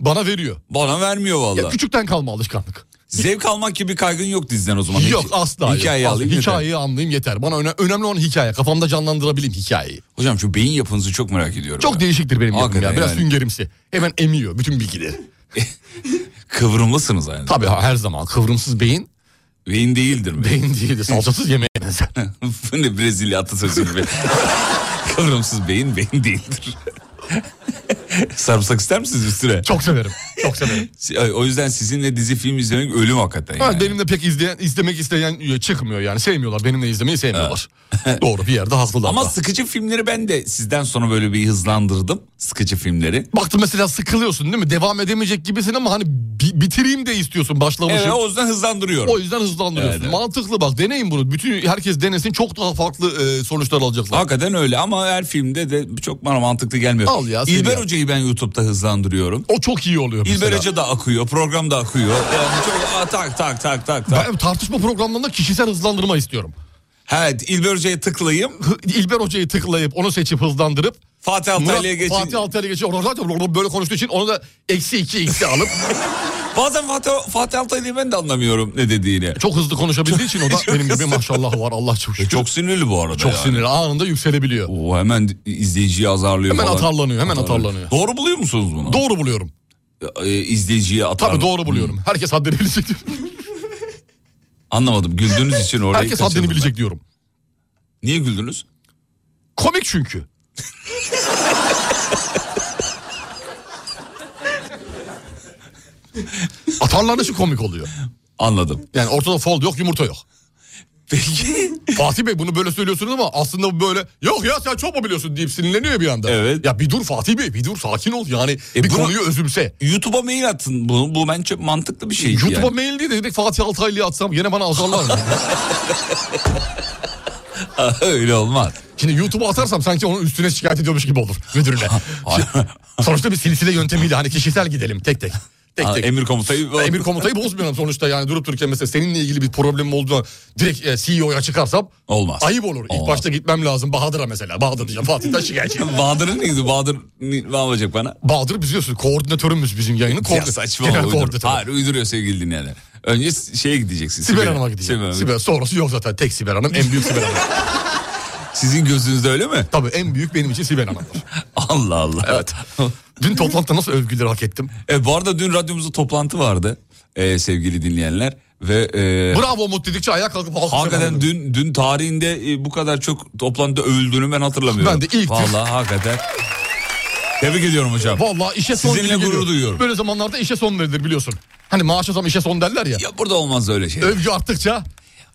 Bana veriyor.
Bana vermiyor
Ya
valla.
küçükten kalma alışkanlık.
Zevk almak gibi kaygın yok diziden o zaman.
Yok asla yok.
Hikaye
Asla.
alayım. yeter.
Hikayeyi anlayayım yeter. Bana öne- önemli olan hikaye. Kafamda canlandırabileyim hikayeyi.
Hocam şu beyin yapınızı çok merak ediyorum.
Çok
ya.
değişiktir benim yapım
Hakikaten
ya. Biraz
yani.
süngerimsi. Hemen emiyor bütün bilgileri.
Kıvrımlısınız aynı.
Tabii ha, her zaman kıvrımsız beyin,
Beyin değildir mi?
beyin değil de salçasız yemeğe benzer.
<laughs> Bu ne Brezilya atasözü
<laughs>
gibi. Kıvrımsız beyin beyin değildir. Sarımsak ister misiniz üstüne?
Çok severim. Çok severim.
Si- ay, O yüzden sizinle dizi film izlemek ölüm hakikaten
Ama
yani.
benimle pek izleyen, izlemek isteyen e, çıkmıyor yani. Sevmiyorlar. Benimle izlemeyi sevmiyorlar. <laughs> Doğru bir yerde haklılar.
Ama
da.
sıkıcı filmleri ben de sizden sonra böyle bir hızlandırdım. Sıkıcı filmleri.
Baktın mesela sıkılıyorsun değil mi? Devam edemeyecek gibisin ama hani bi- bitireyim de istiyorsun başlamışım.
Evet o yüzden hızlandırıyorum.
O yüzden hızlandırıyorsun.
Evet, evet.
Mantıklı bak deneyin bunu. Bütün herkes denesin çok daha farklı e, sonuçlar alacaklar.
Hakikaten öyle ama her filmde de çok bana mantıklı gelmiyor.
Al ya, seni
İlber
yap.
Hoca'yı ben YouTube'da hızlandırıyorum.
O çok iyi oluyor mesela.
İlber Hoca da akıyor, program da akıyor. Yani çok aa, tak tak tak tak tak.
Ben tartışma programlarında kişisel hızlandırma istiyorum.
Evet İlber Hoca'ya tıklayayım.
Hı- İlber Hoca'yı tıklayıp onu seçip hızlandırıp
Fatih Altaylı'ya
Murat,
geçin.
Fatih Altaylı'ya geçin. Onu zaten onu böyle konuştuğu için onu da eksi iki eksi alıp
<laughs> Bazen Fatih, Fatih Altaylı'yı ben de anlamıyorum ne dediğini.
çok hızlı konuşabildiği için o
<laughs>
da benim gibi maşallah var Allah çok şükür.
E, Çok sinirli bu arada
çok
yani.
sinirli anında yükselebiliyor.
O hemen izleyiciyi azarlıyor
Hemen
falan.
atarlanıyor, hemen atarlanıyor.
Doğru buluyor musunuz bunu?
Doğru buluyorum.
Ee, izleyiciye atar. Hmm.
Tabii doğru buluyorum. Herkes haddini bilecek.
Anlamadım. Güldüğünüz için orayı
Herkes haddini
kaçırdım ben.
bilecek diyorum.
Niye güldünüz?
Komik çünkü. Atarlanışı komik oluyor.
Anladım.
Yani ortada fol yok yumurta yok.
Peki.
<laughs> Fatih Bey bunu böyle söylüyorsunuz ama aslında bu böyle yok ya sen çok mu biliyorsun deyip sinirleniyor bir anda.
Evet.
Ya bir dur Fatih Bey bir dur sakin ol yani
E
bir
bunu-
konuyu özümse.
YouTube'a mail atın. Bu, bu bence mantıklı bir şey.
YouTube'a
<laughs> yani.
mail değil de direkt Fatih Altaylı'ya atsam gene bana azarlar
<laughs>
mı?
Ah, Öyle olmaz.
Şimdi YouTube'a atarsam sanki onun üstüne şikayet ediyormuş gibi olur müdürüne. Şimdi- Sonuçta bir silsile yöntemiyle hani kişisel gidelim tek tek. Tek
Ha,
tek.
Emir komutayı
Emir komutayı bozmayalım sonuçta yani durup dururken mesela seninle ilgili bir problemim olduğu direkt e, CEO'ya çıkarsam
Olmaz.
ayıp olur. İlk
Olmaz.
başta gitmem lazım Bahadır'a mesela. Bahadır diyeceğim Fatih'ten
<laughs>
şikayetçi.
Bahadır'ın neydi? Bahadır ne, ne yapacak bana?
Bahadır biz biliyorsun koordinatörümüz bizim yayının.
Ya
koordinatörü.
saçma
Genel
oldu. uydur-
koordinatör.
Hayır uyduruyor sevgili dinleyenler. Önce s- şeye gideceksin.
Sibel Hanım'a gideceğim.
Sibel Hanım.
Sibel, sonrası yok zaten. Tek Sibel Hanım en büyük Sibel Hanım.
<laughs> Sizin gözünüzde öyle mi?
Tabii en büyük benim için Sibel Hanım'dır.
<laughs> Allah Allah. <laughs>
Evet. Dün toplantıda nasıl övgüleri hak ettim?
E, bu arada dün radyomuzda toplantı vardı e, sevgili dinleyenler. ve e,
Bravo Umut dedikçe ayağa kalkıp alkışlamaya
hakikaten
başladım.
dün dün tarihinde e, bu kadar çok toplantıda övüldüğünü ben hatırlamıyorum.
Ben de ilktir.
Vallahi hakikaten. Tebrik ediyorum hocam.
Vallahi işe son
Sizinle
gibi geliyor.
gurur duyuyorum.
Böyle zamanlarda işe son verilir biliyorsun. Hani maaş zam işe son derler ya.
Ya burada olmaz öyle şey.
Övgü arttıkça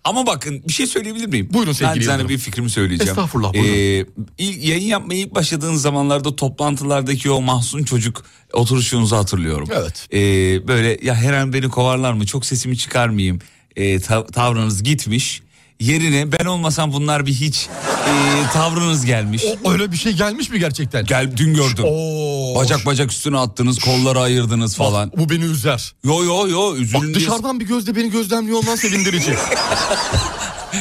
Ama bakın bir şey söyleyebilir miyim?
Buyurun sevgili
Ben sana
Yıldırım.
bir fikrimi söyleyeceğim.
Estağfurullah, buyurun.
Ee, ilk yayın yapmaya ilk başladığın zamanlarda toplantılardaki o mahzun çocuk oturuşunuzu hatırlıyorum.
Evet.
Ee, böyle ya her an beni kovarlar mı çok sesimi çıkarmayayım ee, ta- tavrınız gitmiş. Yerine ben olmasam bunlar bir hiç ee, tavrınız gelmiş.
o, öyle bir şey gelmiş mi gerçekten?
Gel dün gördüm.
Oo.
Bacak bacak üstüne attınız kolları ayırdınız falan.
Bu beni üzer.
Yo yo yo üzülün
Bak
diye-
dışarıdan bir gözle beni gözlemliyor ondan
<laughs>
sevindirici.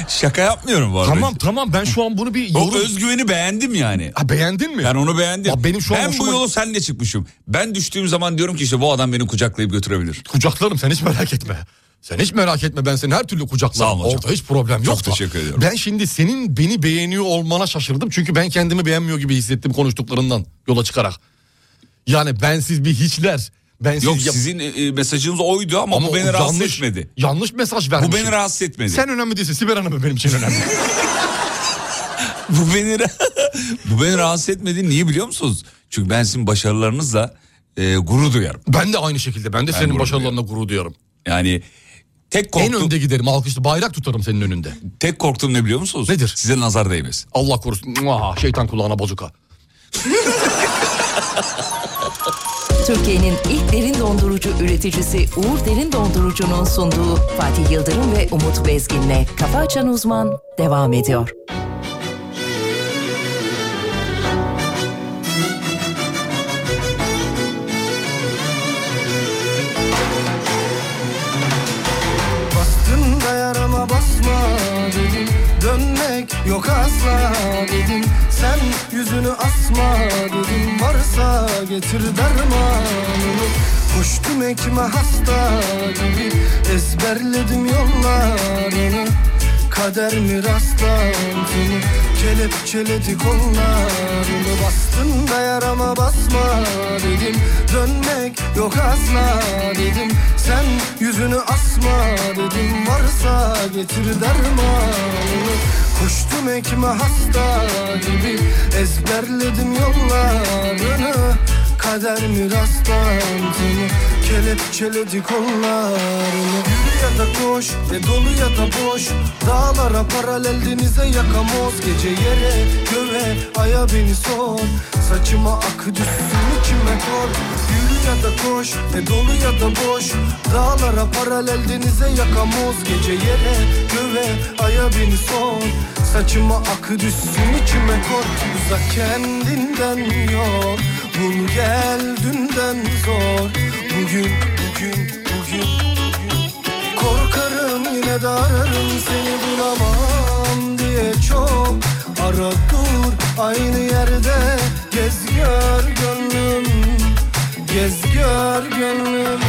Şaka yapmıyorum bu arada.
tamam tamam ben şu an bunu bir
O
yorum...
özgüveni beğendim yani.
Ha, beğendin mi?
Ben onu beğendim.
Ya benim şu an
ben
hoşuma-
bu yolu senle çıkmışım. Ben düştüğüm zaman diyorum ki işte bu adam beni kucaklayıp götürebilir.
Kucaklarım sen hiç merak etme. Sen hiç merak etme ben seni her türlü kucaklarım.
Sağ ol hocam.
Orada hiç problem yok.
Çok
da.
teşekkür ediyorum.
Ben şimdi senin beni beğeniyor olmana şaşırdım. Çünkü ben kendimi beğenmiyor gibi hissettim konuştuklarından yola çıkarak. Yani bensiz bir hiçler. Bensiz
Yok
yap-
sizin e, mesajınız oydu ama, bu
o
beni rahatsız etmedi.
Yanlış mesaj
Bu
vermişim.
beni rahatsız etmedi.
Sen önemli değilsin Sibel Hanım benim için
<laughs>
önemli.
<laughs> Bu beni ra- <laughs> bu beni rahatsız etmedi. Niye biliyor musunuz? Çünkü ben sizin başarılarınızla e, gurur duyarım.
ben de aynı şekilde ben de senin
gurur
başarılarına gurur duyarım.
Yani tek korktuğum,
En önde giderim alkışlı bayrak tutarım senin önünde.
tek korktuğum ne biliyor musunuz?
Nedir?
Size nazar değmesi.
Allah korusun. Mua, şeytan kulağına bozuka.
Türkiye'nin ilk derin dondurucu üreticisi Uğur Derin Dondurucu'nun sunduğu Fatih Yıldırım ve Umut Bezgin'le Kafa Açan Uzman devam ediyor.
Bastın da yarama basma dedim Dönmek yok asla dedim Sen yüzünü asma dedim Varsa getir dermanını Koştum ekme hasta gibi Ezberledim yollarını Kader mi rastlantını Kelepçeledi kollarını Bastın da yarama basma dedim Dönmek yok asla dedim Sen yüzünü asma dedim Varsa getir dermanını Koştum ekme hasta gibi Ezberledim yollarını Kader mi rastlantını Kelepçeledi kollarını Yürü ya da koş ve dolu ya da boş Dağlara paralel denize yakamoz Gece yere göğe aya beni sor Saçıma ak düşsün içime kor Yürü ya da koş ve dolu ya da boş Dağlara paralel denize yakamoz Gece yere göğe aya beni sor Saçıma ak düşsün içime kor Uzak kendinden yol Bul gel dünden zor Bugün, bugün, bugün Korkarım yine de ararım seni bulamam diye çok Ara dur aynı yerde gez gör gönlüm Gez gör gönlüm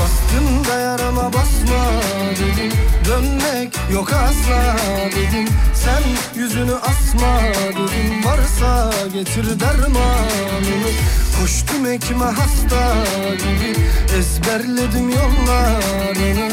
Bastın da yarama basma dedim Dönmek yok asla dedim Sen yüzünü asma dedim Varsa getir dermanını Koştum ekme hasta gibi Ezberledim yollarını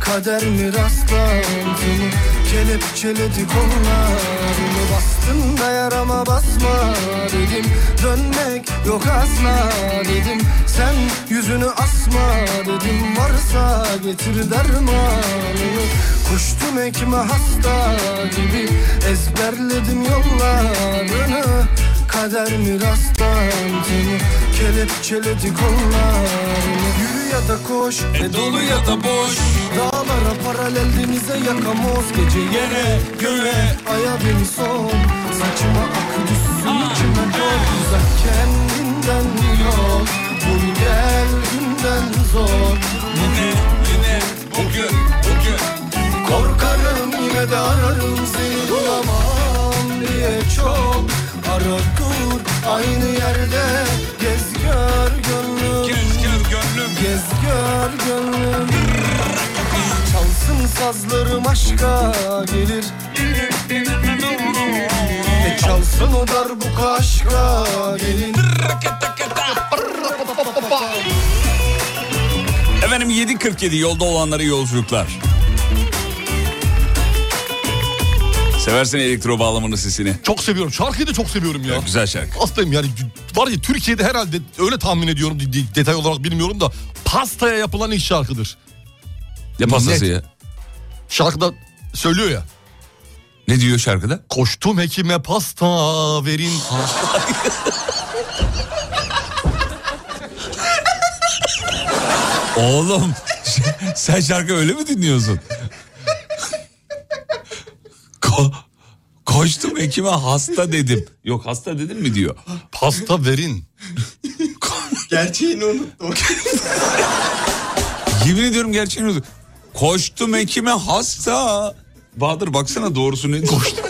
Kader mi rastlantını Kelepçeledi kollarını Bastın da yarama basma dedim Dönmek yok asla dedim Sen yüzünü asma dedim Varsa getir dermanını Koştum ekme hasta gibi Ezberledim yollarını Kader mi rastlantını Kelepçeledi kollarını Yürü ya da koş ve E, dolu ya da boş Dağlara paralel denize yakamoz Gece yere göğe aya beni sor Saçıma ak düşsün içime dol Uzak kendinden yol Bul gel günden zor
Yine yine bugün bugün
Korkarım yine de ararım seni bulamam diye çok Ara dur aynı yerde gez gör gönlüm
gönlüm.
Gez gör gönlüm Çalsın sazlarım aşka gelir E çalsın o darbuka aşka gelir
Efendim Efendim 7.47 yolda olanlara yolculuklar. Seversin elektro bağlamanın sesini.
Çok seviyorum. Şarkıyı da çok seviyorum ya.
Güzel şarkı.
Hastayım yani var ya Türkiye'de herhalde öyle tahmin ediyorum de- de- detay olarak bilmiyorum da pastaya yapılan ilk şarkıdır.
Ne pastası
Net.
ya?
Şarkıda söylüyor ya.
Ne diyor şarkıda?
Koştum hekime pasta verin.
Oğlum <laughs> sen şarkı öyle mi dinliyorsun? Ko- koştum ekime hasta dedim. Yok hasta dedim mi diyor.
pasta verin.
Gerçeğini unuttum.
Yemin ediyorum gerçeğini unut- Koştum ekime hasta. Bahadır baksana doğrusu ne? <laughs> Koştum.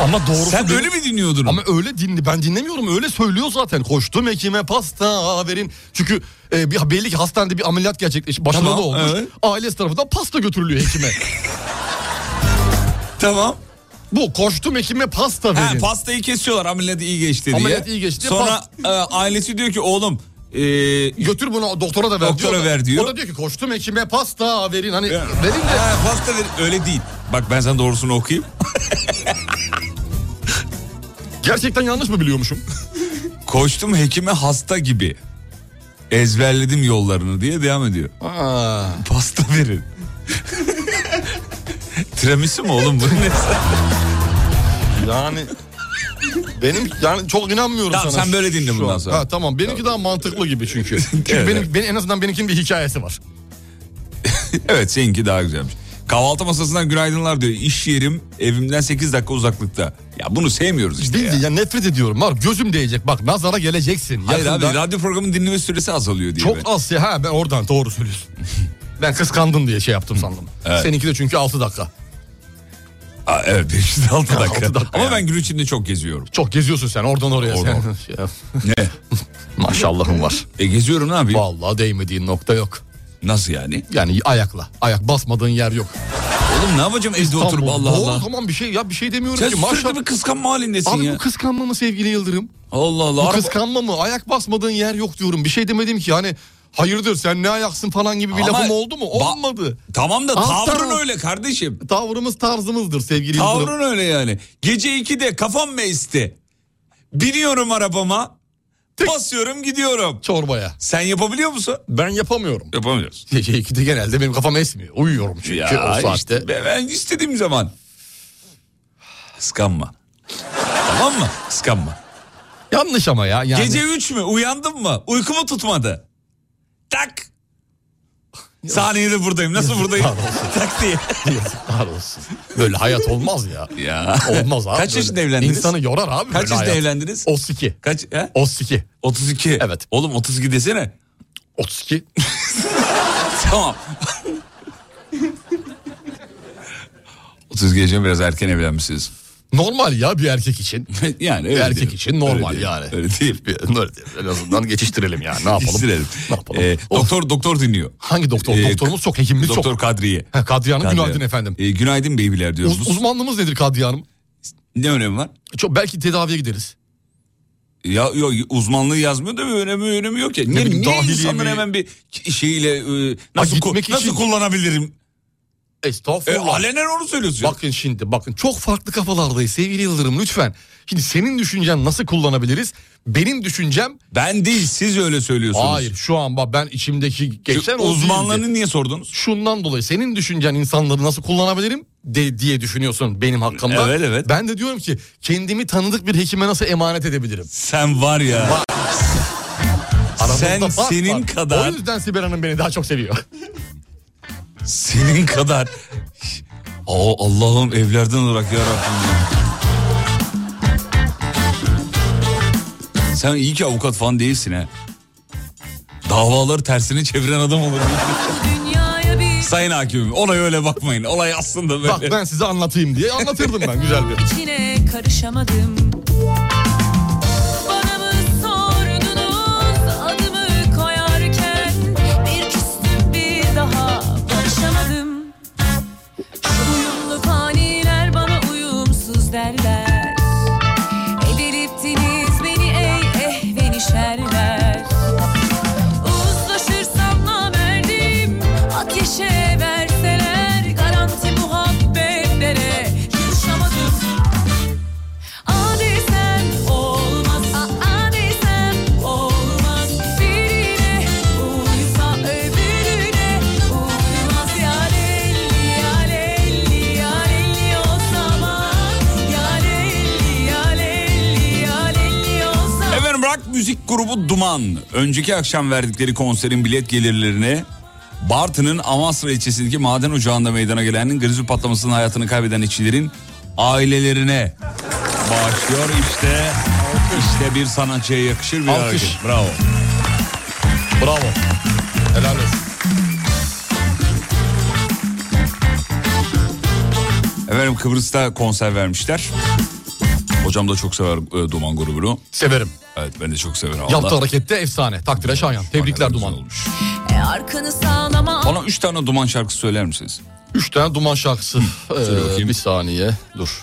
Ama doğrusu
Sen
benim-
öyle mi dinliyordun?
Ama öyle dinli ben dinlemiyorum öyle söylüyor zaten. Koştum hekime pasta verin. Çünkü e, bir, belli ki hastanede bir ameliyat gerçekleşmiş. Başında
Tamam,
da olmuş.
evet.
Ailesi tarafından pasta götürülüyor hekime.
<laughs> Tamam.
Bu koştum hekime pasta verin.
He, pastayı kesiyorlar ameliyat iyi geçti diye.
Ameliyat iyi geçti,
Sonra
past-
e, ailesi diyor ki oğlum e,
Götür bunu doktora da ver
Doktora
diyor. da-
ver diyor.
O da diyor ki koştum hekime pasta verin. Hani
Ya.
verin de
He, pasta ver- öyle değil. Bak ben sana doğrusunu okuyayım.
<laughs> gerçekten yanlış mı biliyormuşum?
<laughs> Koştum hekime hasta gibi. Ezberledim yollarını diye devam ediyor.
Aa.
Pasta verin. Tiramisu mu oğlum bu? Ne?
<laughs> Yani benim yani çok inanmıyorum
Tamam,
sana.
sen böyle dinle
şu
bundan
an.
sonra.
Ha, tamam benimki daha mantıklı gibi çünkü. Çünkü
<laughs> Evet.
benim, benim, en azından benimkinin bir hikayesi var.
evet seninki daha güzelmiş. Kahvaltı masasından günaydınlar diyor. İş yerim evimden 8 dakika uzaklıkta. Ya bunu sevmiyoruz işte
Bildi
ya.
ya. nefret ediyorum. Var gözüm değecek. Bak nazara geleceksin.
Hayır abi
Yakında-
radyo programının dinleme süresi azalıyor diye.
Çok
ben.
az ya. Ha ben oradan doğru
<laughs>
söylüyorsun. ben kıskandım diye şey yaptım sandım.
Evet.
Seninki de çünkü 6 dakika.
Aa, evet 506 dakika.
<laughs> Altı dakika
Ama
yani.
ben gün içinde çok geziyorum.
Çok geziyorsun sen oradan oraya.
Oradan. <laughs>
Sen- Ya, <laughs>
Ne?
Maşallahın var.
E geziyorum ne yapayım?
Vallahi değmediğin nokta yok.
Nasıl yani?
Yani ayakla. Ayak basmadığın yer yok.
Oğlum ne yapacağım evde
Tam
oturup
bu-
Allah
Doğru,
Allah.
tamam bir şey ya bir şey demiyorum
Sen
ki.
sürekli
Maşallah.
bir kıskanma halindesin
Abi
ya.
bu kıskanma mı sevgili Yıldırım?
Allah Allah.
Bu
Araba-
kıskanma mı? Ayak basmadığın yer yok diyorum. Bir şey demedim ki yani hayırdır sen ne ayaksın falan gibi bir
Ama
lafım oldu mu?
ba-
Olmadı.
Tamam da
Asla.
tavrın öyle kardeşim.
Tavrımız tarzımızdır sevgili Yıldırım.
Tavrın öyle yani. Gece 2'de kafam mı esti? Biniyorum arabama. Basıyorum gidiyorum.
Çorbaya.
Sen yapabiliyor musun?
Ben yapamıyorum.
Yapamıyoruz.
Gece 2'de genelde benim kafam esmiyor. Uyuyorum çünkü o saatte.
işte ben- ben istediğim zaman. Kıskanma. tamam mı? Kıskanma.
Yanlış ama ya. Yani
Gece 3 mü? Uyandım mı? Uykumu tutmadı. Tak. Saniyede buradayım. Nasıl buradayım? tak diye.
<laughs> yazıklar olsun. Böyle hayat olmaz ya.
Ya.
Olmaz abi.
Kaç
böyle.
yaşında evlendiniz?
İnsanı yorar abi
Kaç
böyle
yaşında
hayat.
evlendiniz?
32.
Kaç? He?
32.
32.
Evet.
Oğlum 32 desene.
32.
<laughs> Tamam. 30 gece biraz erken evlenmişsiniz.
Normal ya bir erkek için.
<laughs> yani
Bir
öyle
erkek
diyelim.
için normal
Öyle
yani.
Diyelim.
<laughs>
Öyle değil.
Bir- Öyle değil. En azından geçiştirelim yani. Ne yapalım?
İstirelim.
Ne yapalım?
Ee,
O-
doktor doktor dinliyor.
Hangi doktor?
Ee,
Doktorumuz çok, hekimimiz
doktor
çok.
Kadriye.
Ha, Kadriye Hanım
Kadriye.
günaydın efendim.
Ee, günaydın beybiler diyoruz.
Uz- uzmanlığımız nedir Kadriye Hanım?
ne önemi var?
Çok, belki tedaviye gideriz.
Ya yok uzmanlığı yazmıyor da bir önemi önemi yok ya. Ne,
bileyim,
niye
dahiliye
insanlar
mi?
hemen bir şeyle e, nasıl,
gitmek
ku- nasıl
için-
kullanabilirim? E,
Estağfurullah.
alenen onu söylüyorsun. ya.
Bakın şimdi bakın çok farklı kafalardayız sevgili Yıldırım lütfen. Şimdi senin düşüncen nasıl kullanabiliriz? Benim düşüncem
Ben değil siz öyle söylüyorsunuz.
hayır şu an bak ben içimdeki
Şu
geçen o değildi.
uzmanlarını niye sordunuz?
şundan dolayı senin düşüncen insanları nasıl kullanabilirim de, diye düşünüyorsun benim hakkımda.
Evet, evet.
Ben de diyorum ki kendimi tanıdık bir hekime nasıl emanet edebilirim?
Sen var ya.
Aramızda
Sen
fark
senin
var. O
kadar
yüzden Sibel Hanım beni daha çok seviyor.
senin kadar. Aa, Allah'ım evlerden olarak ya Rabbim. ya. Sen iyi ki avukat falan değilsin ha. Davaları tersine çeviren adam olur.
Dünyaya bir
Sayın hakimim olay öyle bakmayın. Olay aslında
Bak
böyle.
ben size anlatayım diye anlatırdım ben güzel bir.
içine karışamadım Bana mı sordunuz adımı koyarken Bir küstüm bir daha barışamadım Şu uyumlu faniler bana uyumsuz derler Delirttiniz beni ey ehvenişerler Uzlaşırsam namerdim
Rock grubu Duman önceki akşam verdikleri konserin bilet gelirlerini Bartın'ın Amasra ilçesindeki maden ocağında meydana gelen grizi patlamasının hayatını kaybeden işçilerin ailelerine bağışlıyor işte. işte bir sanatçıya yakışır bir
Alkış.
hareket. Bravo.
Bravo. Helal olsun.
Efendim Kıbrıs'ta konser vermişler. Hocam da çok sever e, Duman grubunu.
Severim.
Evet ben de çok severim.
Yaptığı
Allah-
harekette efsane. Takdire şayan. Tebrikler
Allah güzel
Duman.
Olmuş.
E, arkanı sağlama
Bana üç tane Duman şarkısı söyler misiniz?
Üç tane Duman şarkısı.
söyle
Ee,
bakayım.
bir saniye. Dur.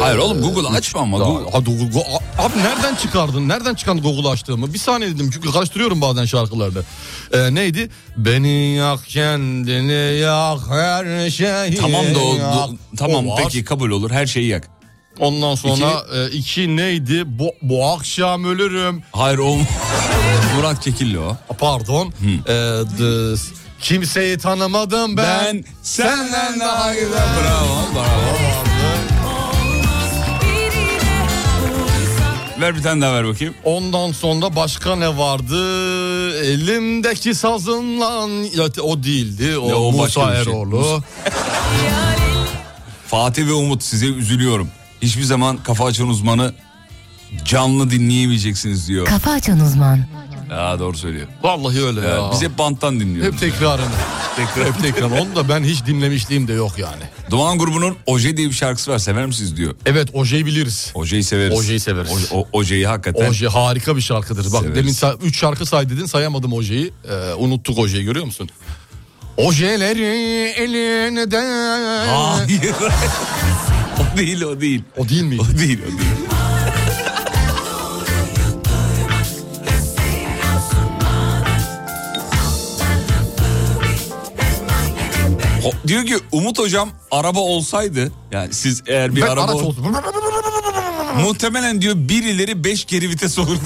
Hayır oğlum Google'ı açma ama.
Ee, Daha-
Google-
Hadi Google- Go- A- abi nereden çıkardın? Nereden çıkan Google açtığımı? Bir saniye dedim çünkü karıştırıyorum bazen şarkılarda. Ee, neydi? Beni yak kendini yak her şeyi
Tamam da o,
yak.
du- tamam
O var.
peki kabul olur her şeyi yak.
Ondan sonra e, iki, neydi? Bu, bu akşam ölürüm.
Hayır o <laughs> Murat Kekilli o.
Pardon. Ee, d- kimseyi tanımadım ben.
Ben senden daha güzel. Bravo bravo. Ver bir tane daha ver bakayım.
Ondan sonra başka ne vardı? Elimdeki sazınla Ya, o değildi. O,
Ya, o başka
Musa
bir şey.
Eroğlu.
Fatih ve Umut size üzülüyorum. Hiçbir zaman kafa açan uzmanı canlı dinleyemeyeceksiniz diyor.
Kafa açan uzman.
Aa doğru söylüyor.
Vallahi öyle
Evet,
ya.
biz hep banttan dinliyoruz.
Hep tekrarını.
Tekrar.
Hep tekrarını. Onu da ben hiç dinlemişliğim de yok yani.
Doğan grubunun Oje diye bir şarkısı var sever misiniz diyor.
Evet Oje'yi biliriz.
Oje'yi severiz.
Oje'yi severiz.
Oje- o- Oje'yi hakikaten.
Oje harika bir şarkıdır. Bak
Severiz.
demin 3 şarkı say dedin sayamadım Oje'yi. Ee, unuttuk Oje'yi görüyor musun? Ojeleri elinde.
Hayır. <laughs> o değil o değil.
O değil mi?
O değil o değil. Ho- Diyor ki Umut hocam araba olsaydı yani siz eğer bir
Ben
araba
araç
ol-
oldum.
<laughs> muhtemelen diyor bir ileri beş geri vites olurdu. <laughs>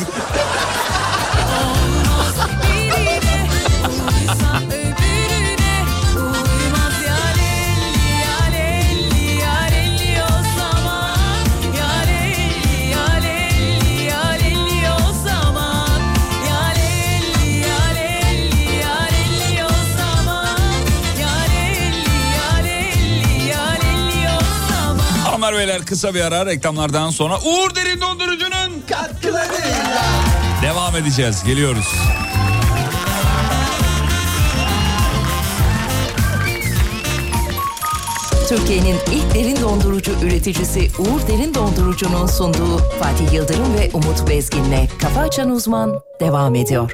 Hanımlar beyler kısa bir ara reklamlardan sonra Uğur Derin Dondurucu'nun katkılarıyla devam edeceğiz. Geliyoruz.
Türkiye'nin ilk derin dondurucu üreticisi Uğur Derin Dondurucu'nun sunduğu Fatih Yıldırım ve Umut Bezgin'le Kafa Açan Uzman devam ediyor.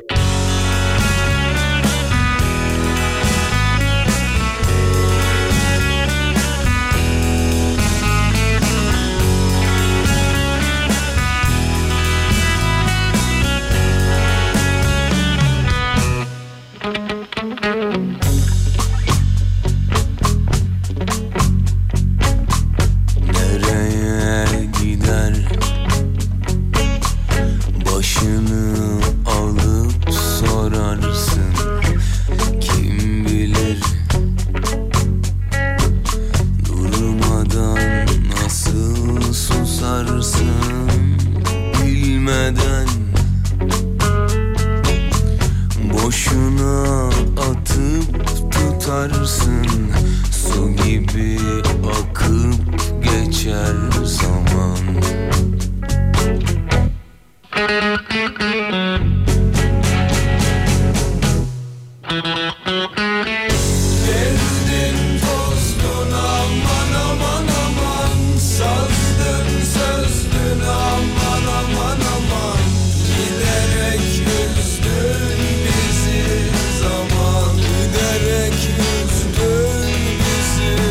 Nereye gider Başını alıp sorarsın Kim bilir Durmadan nasıl susarsın Bilmeden Boşuna atıp tutarsın Su gibi akıp geçer zaman Gezdin tozdun aman aman aman Sazdın sözdün aman aman aman Giderek üzdün bizi zaman Giderek üzdün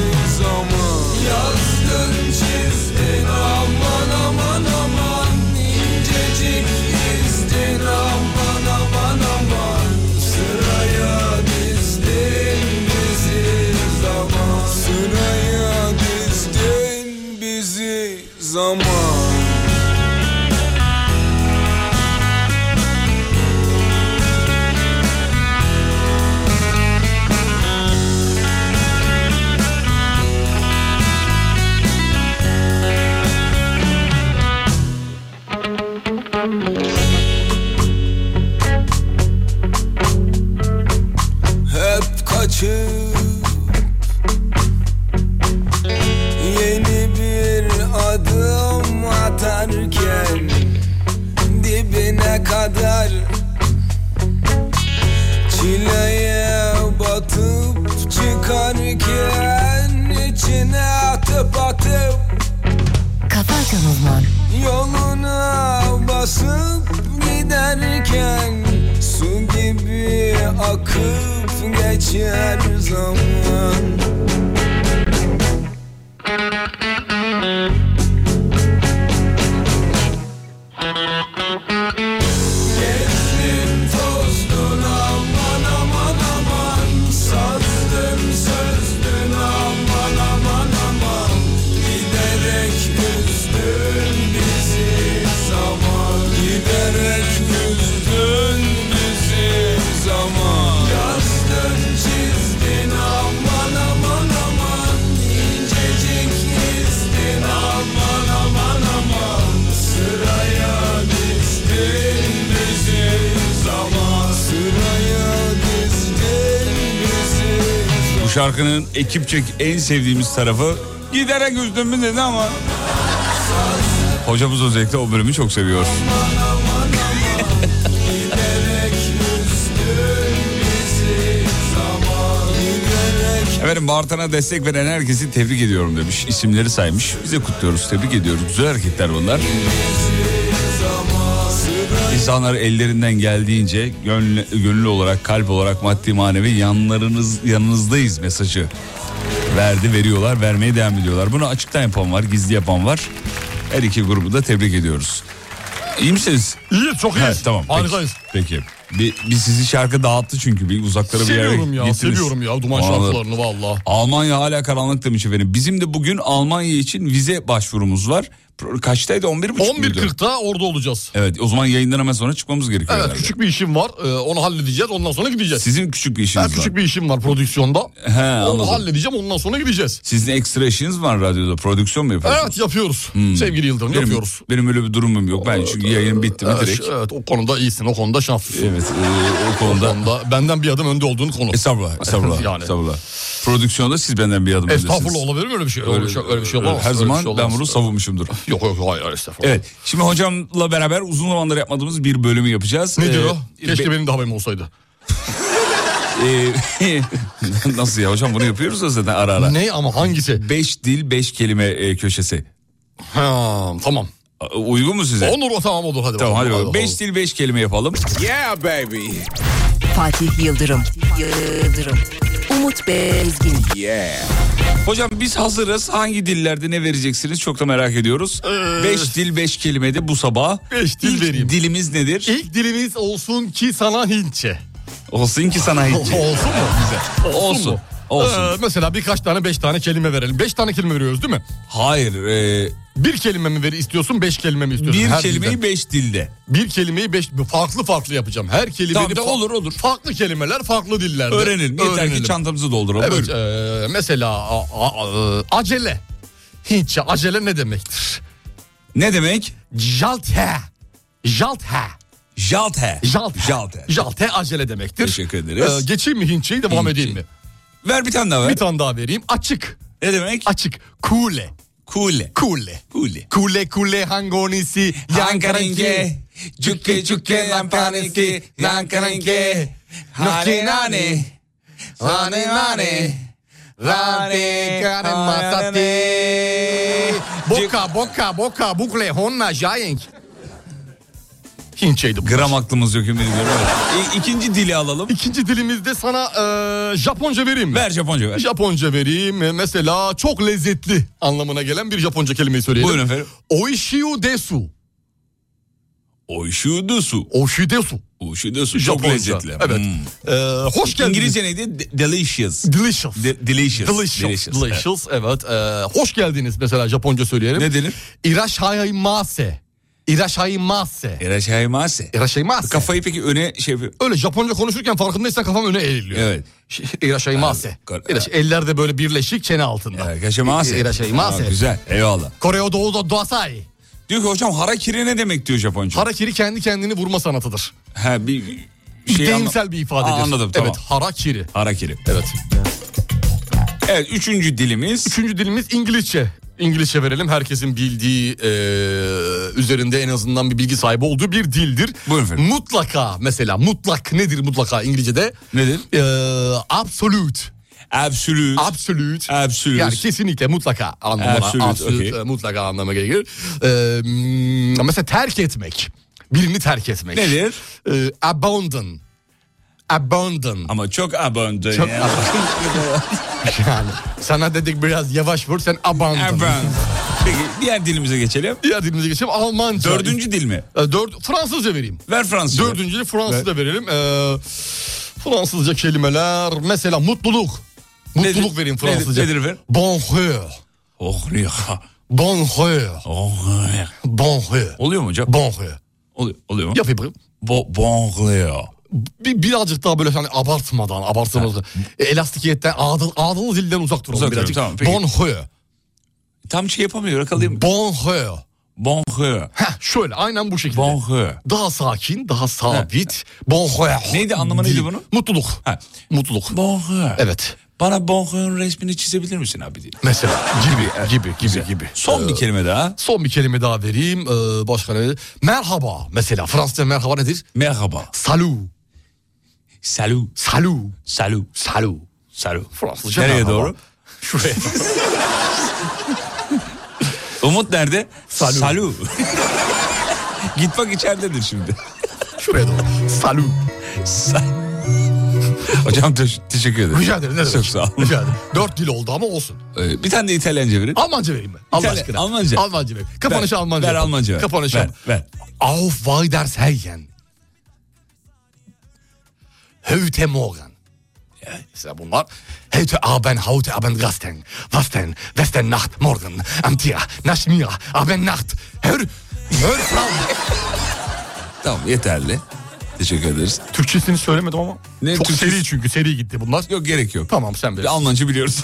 Kafaçan Uzman.
Yoluna basıp giderken Su gibi akıp geçer zaman Gezdim tozdun aman aman aman Sattım sözdün aman aman aman Giderek üzdün bizi zaman Giderek üzdün bizi zaman Yazdın çizdin aman aman aman İncecik izdin aman aman aman Sıraya dizdin bizi zaman Sıraya dizdin bizi
Bu şarkının ekipçe en sevdiğimiz tarafı giderek üzdün mü dedi ama hocamız özellikle o bölümü çok seviyor. <laughs> Efendim Bartan'a destek veren herkesi tebrik ediyorum demiş. İsimleri saymış. Bize kutluyoruz, tebrik ediyoruz. Güzel hareketler bunlar. İnsanlar ellerinden geldiğince gönlü, gönüllü olarak, kalp olarak, maddi manevi yanlarınız yanınızdayız mesajı verdi, veriyorlar, vermeye devam ediyorlar. Bunu açıktan yapan var, gizli yapan var. Her iki grubu da tebrik ediyoruz. İyi misiniz?
İyi çok iyi.
Evet, tamam. peki.
Harikayız.
Peki. Bir, bir sizi şarkı dağıttı çünkü bir uzaklara bir yere
Seviyorum ya
gittiniz.
seviyorum ya duman
Vallahi.
şarkılarını valla.
Almanya hala karanlık demiş efendim. Bizim de bugün Almanya için vize başvurumuz var. Pro- Kaçtaydı 11.30 muydu?
11.40'da orada olacağız.
Evet o zaman yayından hemen sonra çıkmamız gerekiyor.
Evet
herhalde.
küçük bir işim var Ee, onu halledeceğiz ondan sonra gideceğiz.
Sizin küçük bir işiniz
ben
var.
küçük bir işim var prodüksiyonda.
He
Onu
anladım.
halledeceğim ondan sonra gideceğiz.
Sizin ekstra işiniz var radyoda prodüksiyon mu yapıyorsunuz?
Evet yapıyoruz sevgili Yıldırım
Hmm. Benim,
yapıyoruz.
Benim öyle bir durumum yok. Ben çünkü yayın bitti mi
Evet,
direkt.
evet, o konuda iyisin o konuda şanslısın.
Evet e, o
O
konuda.
konuda benden bir adım önde olduğun konu.
Estağfurullah, estağfurullah,
Yani.
estağfurullah. Prodüksiyonda siz benden bir adım
Estağfurullah
öndesiniz.
olabilir mi öyle bir şey? Öyle, bir şey, öyle bir şey olamaz.
Her
öyle bir
zaman
şey
ben
olamaz.
bunu savunmuşumdur.
Yok yok hayır, hayır estağfurullah.
Evet. Şimdi hocamla beraber uzun zamandır yapmadığımız bir bölümü yapacağız.
Nedir
Ee,
o? Keşke
be-
benim de haberim olsaydı.
e, <laughs> nasıl ya hocam bunu yapıyoruz da zaten ara ara.
Ne ama hangisi?
Beş dil beş kelime e, köşesi.
Ha, tamam.
A- Uygun mu size?
Olur o tamam olur hadi.
Tamam hadi
bakalım,
bakalım. Beş dil beş kelime yapalım.
Yeah baby
Fatih Yıldırım. Yıldırım. Umut Bezgin.
yeah
Hocam biz hazırız. Hangi dillerde ne vereceksiniz çok da merak ediyoruz. Beş dil beş kelimede bu sabah.
Ee. Beş dil
İlk
vereyim.
dilimiz nedir?
İlk dilimiz olsun ki sana Hintçe.
Olsun ki sana hiç.
<laughs> Olsun mu? Güzel.
Olsun. Olsun.
Ee, mesela birkaç tane beş tane kelime verelim. Beş tane kelime veriyoruz değil mi?
Hayır. e,
Bir kelime mi ver istiyorsun beş kelime mi istiyorsun?
bir
Her
kelimeyi
dilden.
beş dilde.
Bir kelimeyi beş farklı farklı yapacağım. Her kelimeyi
Tamam,
fa-
olur, olur.
Farklı kelimeler farklı dillerde.
Öğrenelim. Yeter ki
Öğrenelim.
çantamızı dolduralım.
Evet
Buyurun.
e, mesela a- a- e, acele. Hintçe acele ne demektir?
Ne demek?
Jalthe. Jalthe.
Jalte.
Jalthe.
Jalte.
Jalthe acele demektir.
Teşekkür ederiz.
E, geçeyim mi Hintçeyi devam
Hintçe.
edeyim mi?
Ver bir tane daha ver.
Bir tane daha vereyim. Açık.
Ne demek?
Açık. Kule.
Kule.
Kule.
Kule.
Kule kule hangonisi yankarenge.
Cükke cükke lampanesi lankarenge. Halinane. Halinane.
Rante karen masate. Boka boka boka bukle honna jayeng. Hintçeydi bu.
Gram aklımız yok emin ediyorum. Evet. İ- İkinci dili alalım.
İkinci dilimizde sana e, Japonca vereyim mi?
Ver Japonca ver.
Japonca vereyim. E, Mesela çok lezzetli anlamına gelen bir Japonca kelimeyi söyleyelim.
Buyurun efendim.
Oishiu desu.
Oşudusu.
Oishiu desu.
Oşudusu. Çok
Japonca.
lezzetli.
Evet.
Hmm.
E, hoş geldiniz.
İngilizce neydi? De- Delicious.
Delicious.
De- delicious.
Delicious. Delicious.
Delicious.
evet. Ee, hoş geldiniz mesela Japonca söyleyelim.
Ne denir?
İraşhaymase. İraşhaymase.
Erashaymase.
İraşhaymase.
Kafayı peki öne şey yapıyor.
Öyle Japonca konuşurken farkındaysan kafam öne eğiliyor.
Evet.
İraşhaymase.
Evet.
İraş- Eller de böyle birleşik çene altında.
Erashaymase.
İraşhaymase.
Aa, Güzel. Eyvallah.
Koreo'da doğuda dosai.
Diyor ki hocam harakiri ne demek diyor Japonca.
Harakiri kendi kendini vurma sanatıdır.
ha bir
Bir
şey
deyimsel
anla-
bir ifadedir.
Aa, anladım tamam.
Evet harakiri.
Harakiri.
Evet.
Evet üçüncü dilimiz.
Üçüncü dilimiz İngilizce. İngilizce verelim herkesin bildiği e, üzerinde en azından bir bilgi sahibi olduğu bir dildir.
Buyurun efendim.
Mutlaka mesela mutlak nedir mutlaka İngilizce'de?
Nedir?
E, absolute.
Absolute.
Absolute.
Absolute.
Yani kesinlikle mutlaka anlamına,
Absolute,
absolute,
okey.
e, mutlaka anlamına gelir. Ee, mm, mesela terk etmek. Birini terk etmek.
Nedir?
Ee, abandon. Abandon.
Ama çok abandon.
Çok
ya.
<laughs> yani sana dedik biraz yavaş vur sen abandon.
Abandon. Peki diğer dilimize geçelim.
Diğer dilimize geçelim Almanca.
Dördüncü dil mi?
Ee, dört, Fransızca vereyim.
Ver Fransızca.
Dördüncü Fransızca verelim. Ee, Fransızca kelimeler mesela mutluluk. Mutluluk
Nedir?
vereyim Fransızca.
Nedir- nedir efendim?
Bonheur.
Oh, riha.
Bonheur.
Oh, riha.
Bonheur.
Oluyor mu hocam?
Bonheur.
Oluyor, oluyor mu?
Yap yapayım.
Bo- bon riha.
Bir, birazcık daha böyle hani abartmadan, abartmadan. E, elastikiyetten, ağdalı, ağdalı dilden uzak duralım
Uzak duralım,
birazcık.
tamam, peki.
Bonheur.
Tam şey yapamıyor yakalayayım.
Bonheur.
Bon riha.
Heh, şöyle aynen bu şekilde.
Bon riha.
Daha sakin, daha sabit. Bonheur.
Neydi, anlamı neydi
Dil.
bunun?
Mutluluk.
Ha.
Mutluluk.
Bon riha.
Evet.
Bana bon riha'nın resmini çizebilir misin abi diye.
Mesela gibi, gibi, gibi, gibi.
Son
Ee,
bir kelime daha.
Son bir kelime daha vereyim. Ee, başka ne? Merhaba mesela. Fransızca merhaba nedir?
Merhaba.
Salut.
Salut.
Salut.
Salut.
Salut.
Salut.
Fransızca
Nereye
merhaba.
doğru?
Şuraya.
<laughs> Umut nerede?
Salut.
Salut. <laughs> Git bak içeridedir şimdi.
Şuraya doğru. Salut.
Sa- <laughs> Hocam te- teşekkür ederim.
Rica ederim. Ne demek?
Çok sağ olun.
Rica ederim. Dört dil oldu ama olsun.
Ee, bir tane de İtalyanca verin.
Almanca vereyim ben. Allah
İtalya-
aşkına.
Almanca.
Almanca vereyim. Kapanışı
Ver,
Almanca.
ver
yapalım.
Almanca ver.
Kapanışı.
Ver,
Al-
ver.
Auf Weidersheyen. Heute Morgen. Mesela bunlar. Heute Abend, heute Abend, Gasten. Was denn? Was denn Nacht, morgen, am Tier, nach mir, Abend, Nacht. Hör, hör Frau.
Tamam yeterli. Teşekkür ederiz.
Türkçesini söylemedim ama.
Ne
Çok
Türkçesi?
seri çünkü, seri gitti bunlar.
Yok gerek yok.
Tamam sen
Bir
bilirsin.
de
<laughs>
Almanca biliyoruz.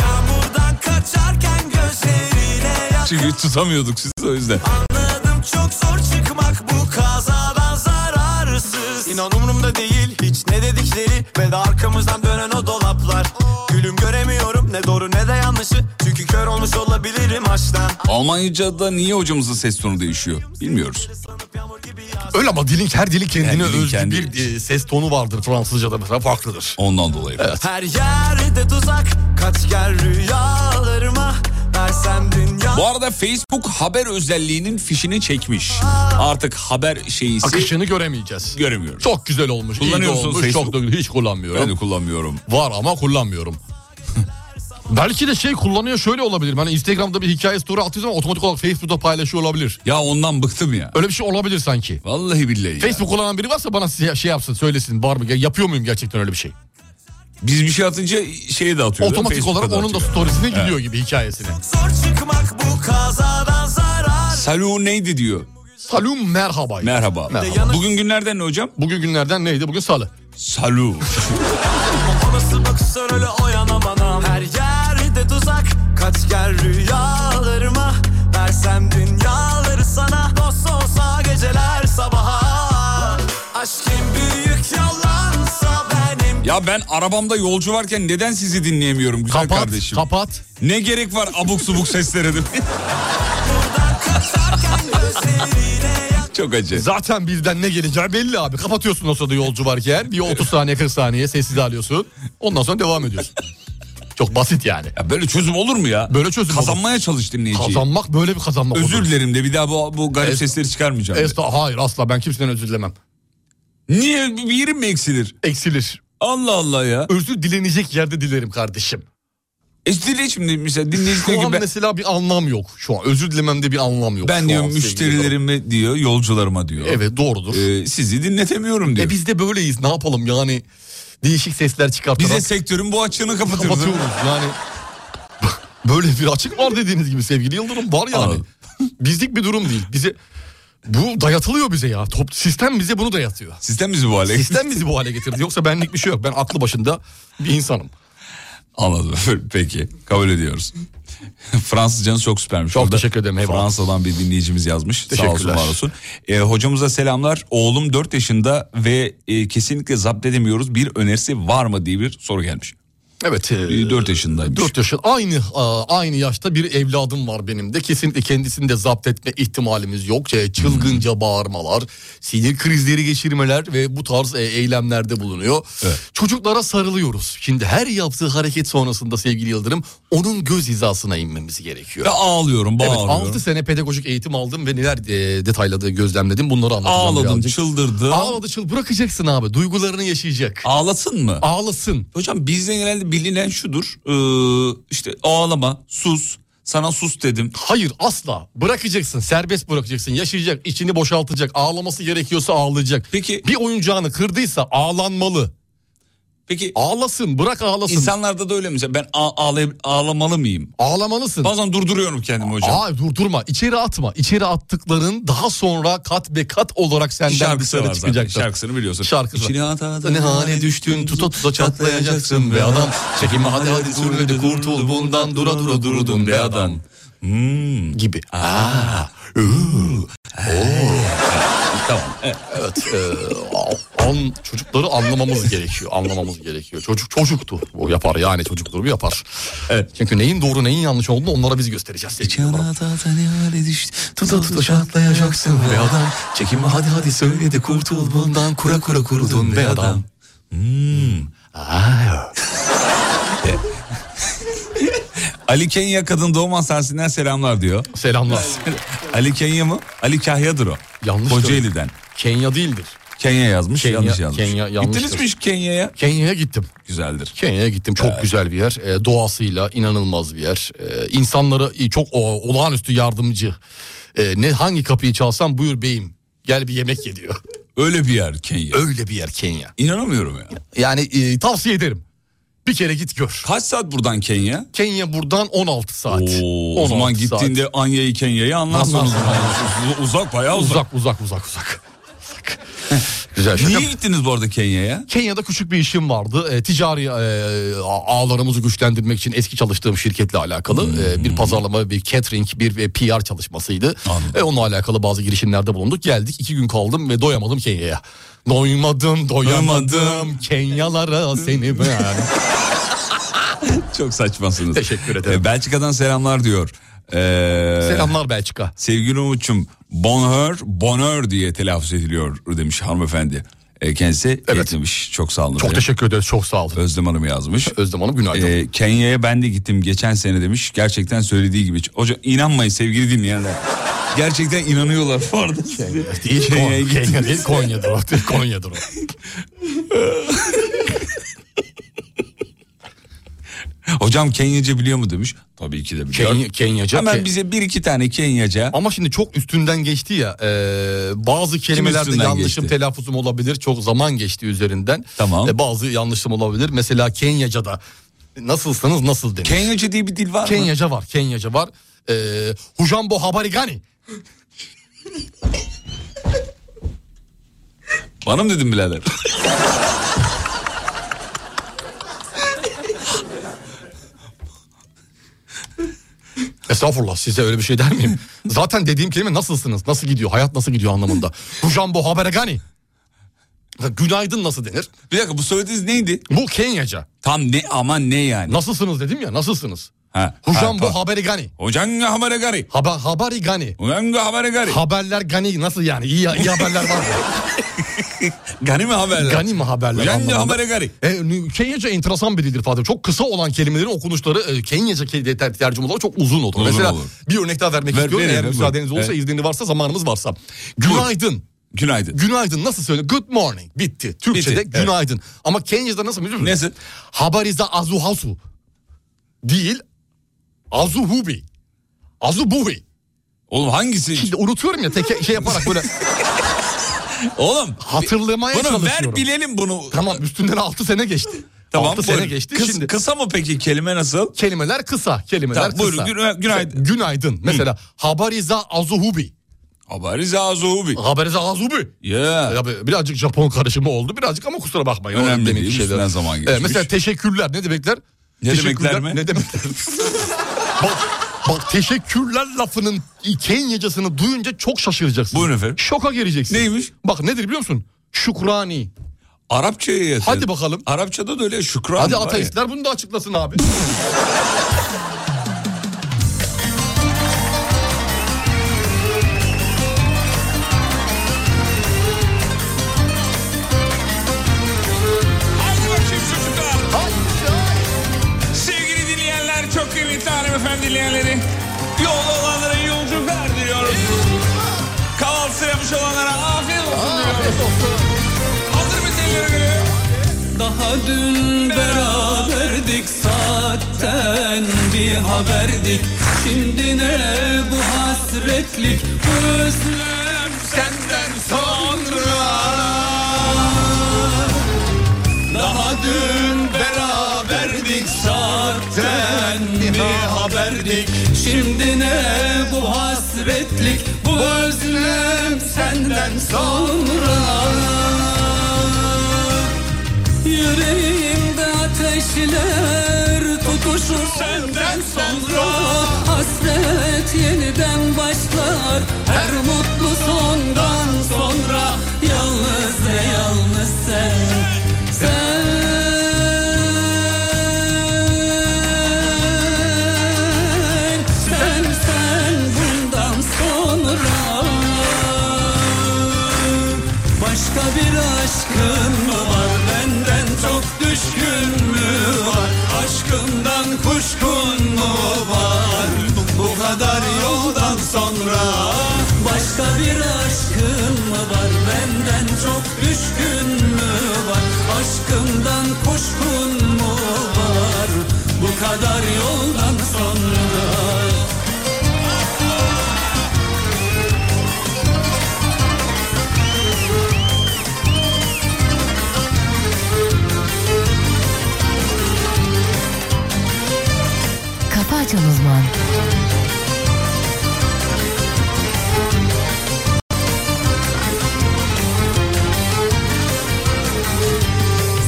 Yağmurdan kaçarken gözlerine yaz
Çünkü tutamıyorduk sizi o yüzden.
Anladım çok zor çıkmak bu kazadan zararsız İnan umurumda değil hiç ne dedikleri Ve de arkamızdan dönen o dolaplar Gülüm göremiyorum ne doğru ne de yanlışı Çünkü kör olmuş olabilirim aşktan
Almanca'da niye hocamızın ses tonu değişiyor bilmiyoruz.
Öyle ama dilin her dilin kendine
Yani dilin
özgü
kendi-
bir e, ses tonu vardır. Fransızca'da mesela farklıdır.
Ondan dolayı.
Her yerde tuzak kaç gel rüyalarıma Versem dünya
Bu arada Facebook haber özelliğinin fişini çekmiş. Artık haber şeyisi
Akışını göremeyeceğiz.
göremiyoruz.
Çok güzel olmuş. iyi de
Kullanıyorsun
olmuş. Çok
Facebook.
da hiç
Ben de
kullanmıyorum.
kullanmıyorum.
Var ama kullanmıyorum. <laughs> Belki de şey kullanıyor şöyle olabilir. Hani Instagram'da bir hikaye story attığı zaman otomatik olarak Facebook'ta paylaşıyor olabilir.
Ya ondan bıktım ya.
Öyle bir şey olabilir sanki.
Vallahi billahi ya.
Facebook kullanan biri varsa bana size şey yapsın söylesin. Var mı? Ya Yapıyor muyum gerçekten öyle bir şey?
Biz bir şey atınca şeye de atıyor. değil mi?
Otomatik
Facebook'a
olarak onun da
atıyor.
storiesine gidiyor gibi hikayesine.
zor çıkmak bu kazadan zarar
Salu neydi diyor.
Salum merhaba.
Merhaba.
Merhaba.
Bugün günlerden ne hocam?
Bugün günlerden neydi? Bugün salı.
Salu.
Nasıl bakışsan öyle o yana bana Her yerde tuzak kaç gel rüyalarıma Versem dünyaları sana Dost olsa geceler sabaha Aşkın büyük yalansa benim
ya ben arabamda yolcu varken neden sizi dinleyemiyorum güzel
Kapat,
kardeşim?
kapat.
ne gerek var abuk subuk seslere değil mi? Çok acı.
Zaten bizden ne geleceği belli abi. Kapatıyorsun o sırada yolcu varken. Bir 30 saniye 40 saniye sessiz alıyorsun. Ondan sonra devam
<laughs>
ediyorsun. Çok basit yani.
<laughs> Ya böyle çözüm olur mu ya?
Böyle çözüm
Kazanmaya çalış dinleyiciyi.
Kazanmak böyle bir kazanmak.
Özür
olur.
dilerim de bir daha bu, bu garip
Est-
sesleri çıkarmayacağım. de.
Esta, hayır asla ben kimseden özür dilemem.
Niye bir yerim mi eksilir?
Eksilir.
Allah Allah ya.
Özür dilenecek yerde dilerim kardeşim.
E dile şimdi mesela dinleyici diyor
Şu
ki
an
ben,
mesela bir anlam yok. Şu an özür dilememde bir anlam yok.
ben
şu
diyor
an sevgili dostum.
müşterilerime diyor yolcularıma diyor.
Evet doğrudur.
e, sizi dinletemiyorum diyor.
e biz de böyleyiz ne yapalım yani. Değişik sesler çıkartarak.
Bize sektörün bu açığını kapatıyoruz.
kapatıyoruz yani. Böyle bir açık var dediğiniz gibi sevgili Yıldırım var yani.
Anladım.
Bizlik bir durum değil. Bize bu dayatılıyor bize ya. Top, sistem bize bunu dayatıyor.
Sistem bizi bu hale.
Sistem bizi bu hale getirdi. Yoksa benlik bir şey yok. Ben aklı başında bir insanım.
Anladım. <laughs> Peki. Kabul ediyoruz. <laughs> Fransızcanız çok süpermiş.
Çok teşekkür ederim, eyvallah.
Fransa'dan bir dinleyicimiz yazmış. Sağ olsun
Teşekkürler.
var olsun. E, hocamıza selamlar. Oğlum 4 yaşında ve e, kesinlikle zapt edemiyoruz. Bir önerisi var mı diye bir soru gelmiş.
Evet. E,
4 yaşındaymış.
4 yaşın aynı a, aynı yaşta bir evladım var benim de. Kesinlikle kendisini de zapt etme ihtimalimiz yok. Şey,
Hmm.
çılgınca bağırmalar, sinir krizleri geçirmeler ve bu tarz e, eylemlerde bulunuyor.
Evet.
Çocuklara sarılıyoruz. Şimdi her yaptığı hareket sonrasında sevgili Yıldırım onun göz hizasına inmemiz gerekiyor.
Ve ağlıyorum,
Evet,
bağırıyorum.
6 sene pedagojik eğitim aldım ve neler e, detayladı gözlemledim bunları anlatacağım
Ağladım,
birazcık.
çıldırdım.
Ağladı çıl bırakacaksın abi duygularını yaşayacak.
Ağlasın mı?
Ağlasın.
Hocam bizde genelde bilinen şudur. ee, işte ağlama, sus. Sana sus dedim.
Hayır asla bırakacaksın serbest bırakacaksın yaşayacak içini boşaltacak ağlaması gerekiyorsa ağlayacak.
Peki-
Bir oyuncağını kırdıysa ağlanmalı
Peki
ağlasın bırak ağlasın
insanlarda da öyle mi? Mesela Ben a- ağlay- ağlamalı mıyım?
ağlamalısın.
Bazen durduruyorum kendimi hocam.
Aa, dur durma içeri atma içeri attıkların daha sonra kat be kat olarak
Bir
senden
Şarkısı
dışarı
var zaten.
çıkacaktır.
Şarkısını biliyorsun.
Şarkısı var.
İçine ata ata
Ne hale düştün tuta tuta çatlayacaksın be adam Çekinme hadi hadi zurnede kurtul bundan dura dura durudun be adam Ee.
Hmm.
Gibi
Tamam. Evet.
Evet e, a- an, çocukları anlamamız gerekiyor anlamamız gerekiyor Çocuk çocuktur bu yapar yani çocuktur bu yapar
Evet.
Çünkü neyin doğru neyin yanlış olduğunu onlara biz göstereceğiz sevgili
Çana
yavrum.
tata ne hale düştü Tuta tuta şatlayacaksın be adam Çekinme hadi hadi söyle de kurtul bundan Kura kura kurudun be adam Hmm. E. Ali Kenya Kadın Doğum Hastanesi'nden selamlar diyor.
Selamlar
Ali Kenya mı? Ali Kahya'dır o.
Yanlış
Kocaeli'den.
Kenya değildir
Kenya yazmış,
Kenya-
yanlış yazmış.
Kenya yanlıştır.
Gittiniz mi hiç Kenya'ya?
Kenya'ya gittim
Güzeldir.
Kenya'ya gittim. Çok güzel bir yer. Ee, doğasıyla inanılmaz bir yer. Ee, insanlara iyi, çok o- olağanüstü yardımcı. Ee, ne hangi kapıyı çalsam buyur beyim gel bir yemek ye diyor.
<laughs> Öyle bir yer Kenya.
Öyle bir yer Kenya.
İnanamıyorum ya.
Yani e, tavsiye ederim. Bir kere git gör.
Kaç saat buradan Kenya?
Kenya buradan 16 saat.
Oo, o zaman
16 saat.
gittiğinde Anya'yı Kenya'yı anlarsın o
Anlarsın.
zaman. Uz- uzak bayağı uzak.
uzak uzak uzak uzak. Uzak. güzel şaka.
Niye gittiniz bu arada Kenya'ya?
Kenya'da küçük bir işim vardı. E, ticari e, a- ağlarımızı güçlendirmek için eski çalıştığım şirketle alakalı e, bir pazarlama, bir catering, bir e, PR çalışmasıydı.
Anladım.
E, onunla alakalı bazı girişimlerde bulunduk. Geldik iki gün kaldım ve doyamadım Kenya'ya. Doymadım, doyamadım
Doyamadım.
Kenyalara seni ben.
Çok saçmasınız.
Teşekkür ederim.
Ee, Belçika'dan selamlar diyor. Ee,
Selamlar Belçika.
Sevgili Umut'cum bonheur, bonheur diye telaffuz ediliyor demiş hanımefendi. Ee, kendisi
Evet.
eklemiş. Çok sağ olun.
Çok teşekkür ederiz, çok sağ olun.
Özlem Hanım yazmış.
Özlem Hanım günaydın.
Ee, Kenya'ya ben de gittim geçen sene demiş. Gerçekten söylediği gibi. Hoca inanmayın sevgili dinleyenler. Gerçekten inanıyorlar bu arada size.
değil,
Kenya'ya
Kon- Kenya
gittiniz.
değil, Konya'dır o. Konya'dır o.
<laughs> Hocam Kenya'ca biliyor mu demiş. Tabii ki de biliyor.
Kenya, Kenyaca.
Hemen
Ke-
bize bir iki tane Kenya'ca.
Ama şimdi çok üstünden geçti ya. e, bazı kelimelerde
üstünden
yanlışım
geçti?
telaffuzum olabilir. Çok zaman geçti üzerinden.
Tamam.
E, bazı yanlışım olabilir. Mesela Kenyaca'da nasılsınız nasıl denir?
Kenya'ca diye bir dil var mı?
Kenyaca var. Kenyaca var. E, Hujambo Habarigani.
Bana mı dedin birader?
Estağfurullah size öyle bir şey der
<laughs>
miyim? Zaten dediğim kelime nasılsınız? Nasıl gidiyor? Hayat nasıl gidiyor
<laughs>
anlamında. Hujambo Habarigani. Günaydın nasıl denir?
Bir dakika bu söylediğiniz neydi?
Bu Kenyaca.
Tam ne aman ne yani?
Nasılsınız dedim ya nasılsınız?
Ha,
Hujambo
ha, tamam.
Habarigani.
Hocanga hamare gari.
Haba, habarigani.
Hocanga hamare gari.
Haberler gani nasıl yani? İyi, iyi haberler var mı?
<laughs> Gani mi haberler?
gani mi haberler?
Hocanga
anlamında?
hamare gari.
E, Kenyaca enteresan bir dildir Fatih. Çok kısa olan kelimelerin okunuşları e, Kenyaca ke- ter- tercümaları çok uzun olur.
Uzun
Mesela
olur.
bir örnek daha vermek
Ver-
istiyorum.
verin,
Eğer
ver,
müsaadeniz
buyurun.
olursa, izniniz varsa, zamanımız varsa. Günaydın.
Günaydın.
Günaydın nasıl söylüyor? Good morning. Bitti. Türkçe'de
Bitti, evet.
günaydın. Ama Kenya'da nasıl biliyor musun?
Nasıl?
Habariza azuhasu. Değil. Azuhubi. Azubuhi.
Oğlum hangisi?
Şimdi unutuyorum ya teke, şey yaparak böyle
<laughs> Oğlum.
hatırlamaya
Bunu
çalışıyorum.
ver bilelim bunu.
Tamam üstünden 6 sene geçti.
Tamam,
6 sene
buyurun.
geçti.
Kıs-
Şimdi
Kısa mı peki kelime nasıl?
kelimeler kısa. Kelimeler
Tamam,
kısa.
buyurun, güna- günaydın.
Mesela Günaydın. Mesela habariza azuhubi.
Habarize azubi.
Habariza azubi.
Ya.
Abi, birazcık Japon karışımı oldu birazcık ama kusura bakmayın.
Önemli
Önemli
değil, üstünden zaman geçmiş.
mesela teşekkürler ne demekler?
Ne
Teşekkürler
demekler mi?
Ne
<laughs>
demekler? bak, bak teşekkürler lafının Kenyacasını duyunca çok şaşıracaksın.
Buyurun efendim.
Şoka gireceksin.
Neymiş?
Bak nedir biliyor musun? Şükrani.
Arapçaya yeter.
Hadi bakalım.
Arapçada da öyle şükran.
Hadi
var ya.
ateistler bunu da açıklasın abi.
Hadi bakayım çocuklar. Sevgili dinleyenler, çok kıymetli hanımefendi dinleyenleri. Yolda olanlara iyi yolculuklar diliyoruz. Kahvaltısı yapmış olanlara afiyet olsun diyoruz. Hazır mısın Yürgül'ü?
<laughs> Daha dün beraberdik saatten bir haberdik Şimdi ne bu hasretlik bu özlem senden sonra Daha dün beraberdik saatten bir haberdik Şimdi ne bu hasretlik bu özlem senden sonra Yüreğimde ateşler tutuşur senden sonra Hasret yeniden başlar her mutlu sondan sonra Yalnız ve yalnız sen, sen Sen, sen bundan sonra Başka bir aşkın mı var benden çok düşkün mü var Aşkından kuşkun mu var bu kadar yoldan sonra Başka bir aşkın mı var benden çok düşkün mü var Aşkından kuşkun mu var bu kadar yoldan sonra
Kafa Açan Uzman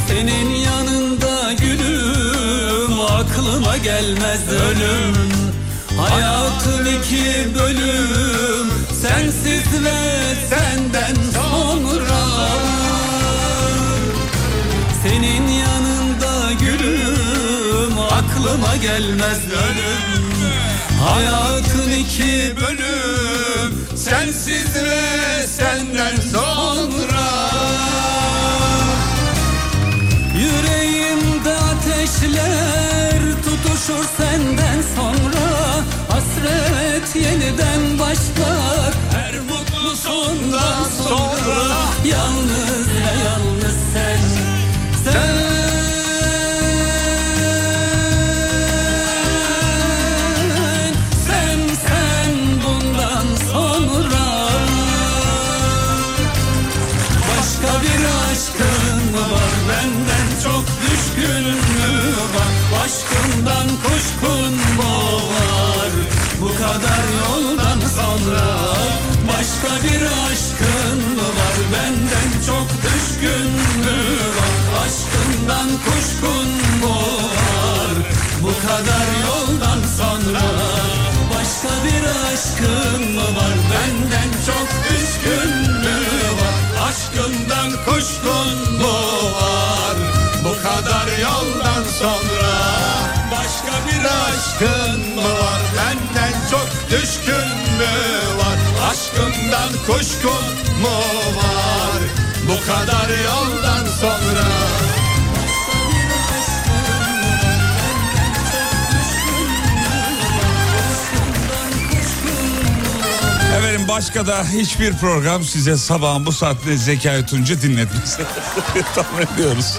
Senin yanında gülüm aklıma gelmez ölüm Hayatım iki bölüm sensiz ve senden sonra Senin yanında gülüm aklıma gelmez ölüm Hayatın iki bölüm sensiz ve senden sonra Yüreğimde ateşler tutuşur senden sonra Hasret yeniden başlar her mutlu sondan sonra Yalnız ve yalnız sen Sen Sen sen bundan sonra Başka bir aşkın mı var benden çok düşkün mü var Aşkından kuşkun mu var bu kadar yoldan sonra Başka bir aşkın mı var benden çok düşkün mü var Aşkından kuşkun mu var bu kadar yoldan sonra Başka bir aşkın mı var benden çok düşkün mü var Aşkından kuşkun mu var bu kadar yoldan sonra Başka bir aşkın mı var benden çok düşkün mü var Aşkından kuşkun mu var bu kadar yoldan sonra
Efendim başka da hiçbir program size sabahın bu saatinde Zekai Tunca dinletmez. <laughs> Tahmin ediyoruz.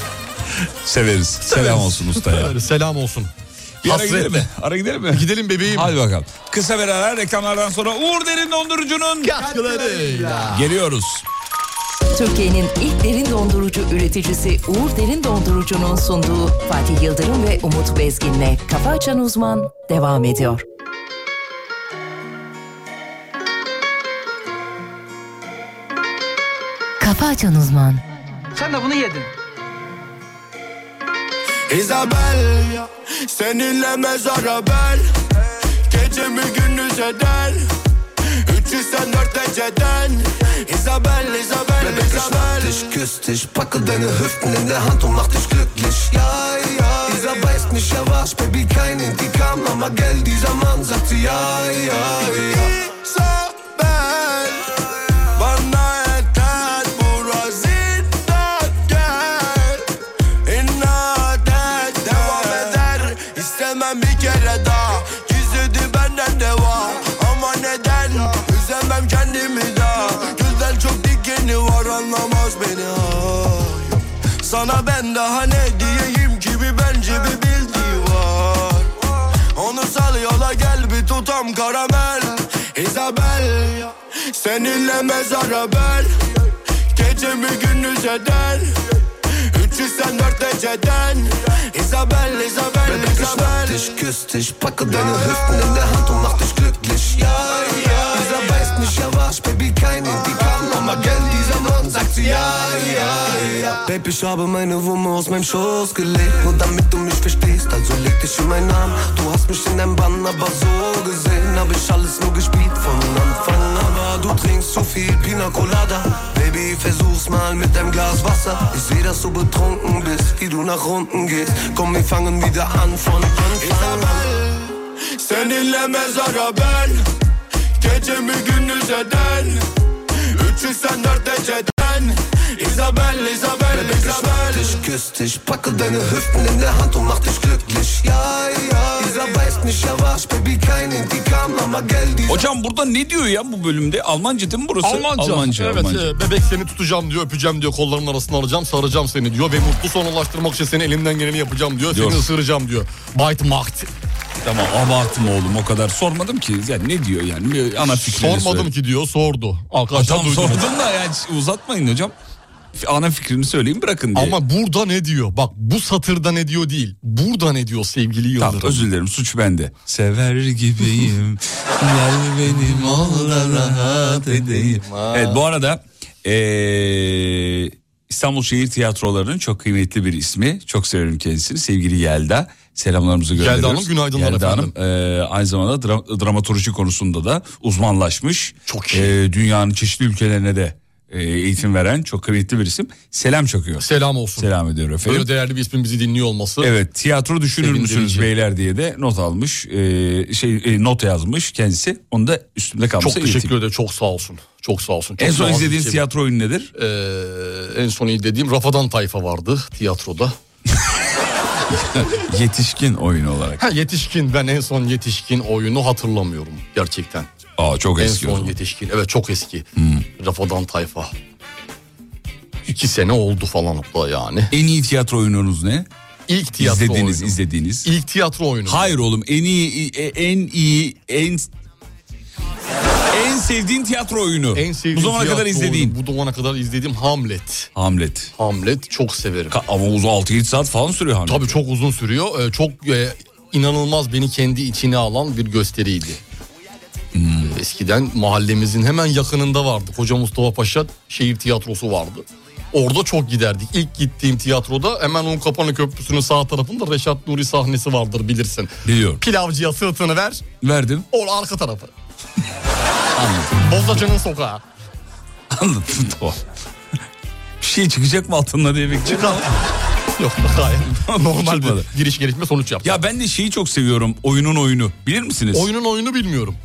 Severiz. Selam olsun ustaya.
Evet, <laughs> Selam olsun.
Bir ara
Hasret
gidelim mi?
mi?
Ara gidelim mi?
Gidelim bebeğim.
Hadi bakalım. Kısa bir ara reklamlardan sonra Uğur Derin Dondurucu'nun
Katkılarıyla.
geliyoruz.
Türkiye'nin ilk derin dondurucu üreticisi Uğur Derin Dondurucu'nun sunduğu Fatih Yıldırım ve Umut Bezgin'le Kafa Açan Uzman devam ediyor. Kafa Açan Uzman
Sen de bunu yedin.
Isabel Seninle mezara bel Gece mi gündüz eder Üç
84 dereceden Isabel, Isabel,
Bebek ist
Isabel
nackig, küss dich, packe deine Hüften in der Hand und mach dich glücklich. Ja, ja, dieser weiß nicht, er war's, Baby, kein Indikam, aber gell, dieser Mann sagt sie, ja, ja, ja.
Isabel Bana yeter Burası gel İnat et Devam eder İstemem bir kere daha Gizledi benden deva Ama neden Üzemem kendimi daha Güzel çok dikeni var Anlamaz beni ha sana ben daha ne diyeyim ki bir bence bir bildiği var Onu sal yola gel bir tutam karamel Isabel Seninle mezara ben Gecemi gündüz eder 384 dereceden Isabel, Isabel,
Bebek ist
Isabel
nackig, küss dich, packe deine Hüften in der Hand und mach dich glücklich. Ja, ja, dieser weiß nicht, er war's, Baby, kein Indikam, aber gell, dieser Mann sagt sie, ja, ja, ja. Baby, ich habe meine Wumme aus meinem Schoß gelegt, nur damit du mich verstehst, also leg dich in meinen Arm. Du hast mich in deinem Bann, aber so gesehen hab ich alles nur gespielt von Anfang an. Aber du trinkst zu viel Pina Colada, Baby, versuch's mal mit deinem Glas Wasser. Ich seh, dass du betrunken bist, wie du nach unten gehst. Komm, wir fangen wieder an von Anfang an.
Seninle mezara ben Gecemi gündüz eden 384 dereceden Isabel, Isabel, Isabel
Ich küss dich, packe deine Hüften in der Hand und mach dich glücklich. Ja, ja, dieser weiß nicht, er war's, Baby, kein Indikam, aber gell, dieser
Hocam burada ne diyor ya bu bölümde? Almanca değil mi burası?
Almanca. evet,
Almanca.
e, bebek seni tutacağım diyor, öpeceğim diyor, kollarımın arasına alacağım, saracağım seni diyor ve mutlu son ulaştırmak için seni elimden geleni yapacağım diyor,
Diyor.
seni ısıracağım diyor. Bite macht.
Tamam abartma oğlum o kadar sormadım ki. Yani ne diyor yani? Bir Ana fikrini
Sormadım
söyle.
ki diyor, sordu.
Ha,
Arkadaşlar
Tamam
duydunuz.
sordun da yani uzatmayın hocam. Ana fikrini söyleyin bırakın diye.
Ama burada ne diyor? Bak bu satırda ne diyor değil. Burada ne diyor sevgili Yıldırım?
Tamam özür dilerim suç bende. Sever gibiyim. Gel benim ol da <laughs> rahat edeyim. Evet bu arada eee, İstanbul Şehir Tiyatroları'nın çok kıymetli bir ismi. Çok severim kendisini. Sevgili Yelda. Selamlarımızı gönderiyoruz.
Hanım, günaydınlar
Yelda
efendim.
Hanım eee, aynı zamanda dra- dramatoloji konusunda da uzmanlaşmış.
Çok iyi.
Eee, dünyanın çeşitli ülkelerine de eee, eğitim veren çok kıymetli bir isim. Selam çakıyor.
Selam olsun.
Selam ediyorum efendim.
Böyle değerli bir ismin bizi dinliyor olması.
Evet tiyatro düşünür
Sevindirici.
müsünüz beyler diye de not almış e, şey e, not yazmış kendisi onu da üstümde kalmış.
Çok teşekkür ederim. Çok sağ olsun. Çok sağ olsun. Çok
En son
nazik
izlediğiniz
bir- şey.
tiyatro oyunu nedir?
Ee, en son izlediğim Rafadan Tayfa vardı tiyatroda.
Yetişkin oyunu olarak.
Ha yetişkin ben en son yetişkin oyunu hatırlamıyorum gerçekten.
Aa çok eski
en son
o zaman. Hmm.
yetişkin evet çok eski. Rafadan Tayfa. İki sene oldu falan hatta yani.
En iyi tiyatro oyununuz ne?
İlk tiyatro
izlediğiniz
oyunu.
izlediğiniz.
İlk tiyatro oyunu.
Hayır oğlum en iyi e, en iyi en en sevdiğin tiyatro oyunu.
En sevdiğim
Bu zamana
tiyatro
kadar izlediğin.
oyunu, bu zamana kadar izlediğim Hamlet.
Hamlet.
Hamlet çok severim.
Ka- Ama uzun 6-7 saat falan sürüyor Hamlet.
Tabii çok uzun sürüyor. Ee, çok e, inanılmaz beni kendi içine alan bir gösteriydi.
Hmm.
Eskiden mahallemizin hemen yakınında vardı. Koca Mustafa Paşa şehir tiyatrosu vardı. Orada çok giderdik. İlk gittiğim tiyatroda hemen Unkapanı Köprüsü'nün sağ tarafında Reşat Nuri sahnesi vardır bilirsin.
Biliyorum.
Pilavcıya sırtını ver,
Verdim.
o arka
<laughs>
tarafı. Bozacı'nın sokağı.
Anladım <laughs> tamam. Bir şey çıkacak mı altında diye bekliyorum.
Yok
<laughs>
hayır. Normal
Çıkmadı.
bir giriş gelişme sonuç yaptı.
Ya ben de şeyi çok seviyorum. Oyunun oyunu. Bilir misiniz?
Oyunun oyunu bilmiyorum.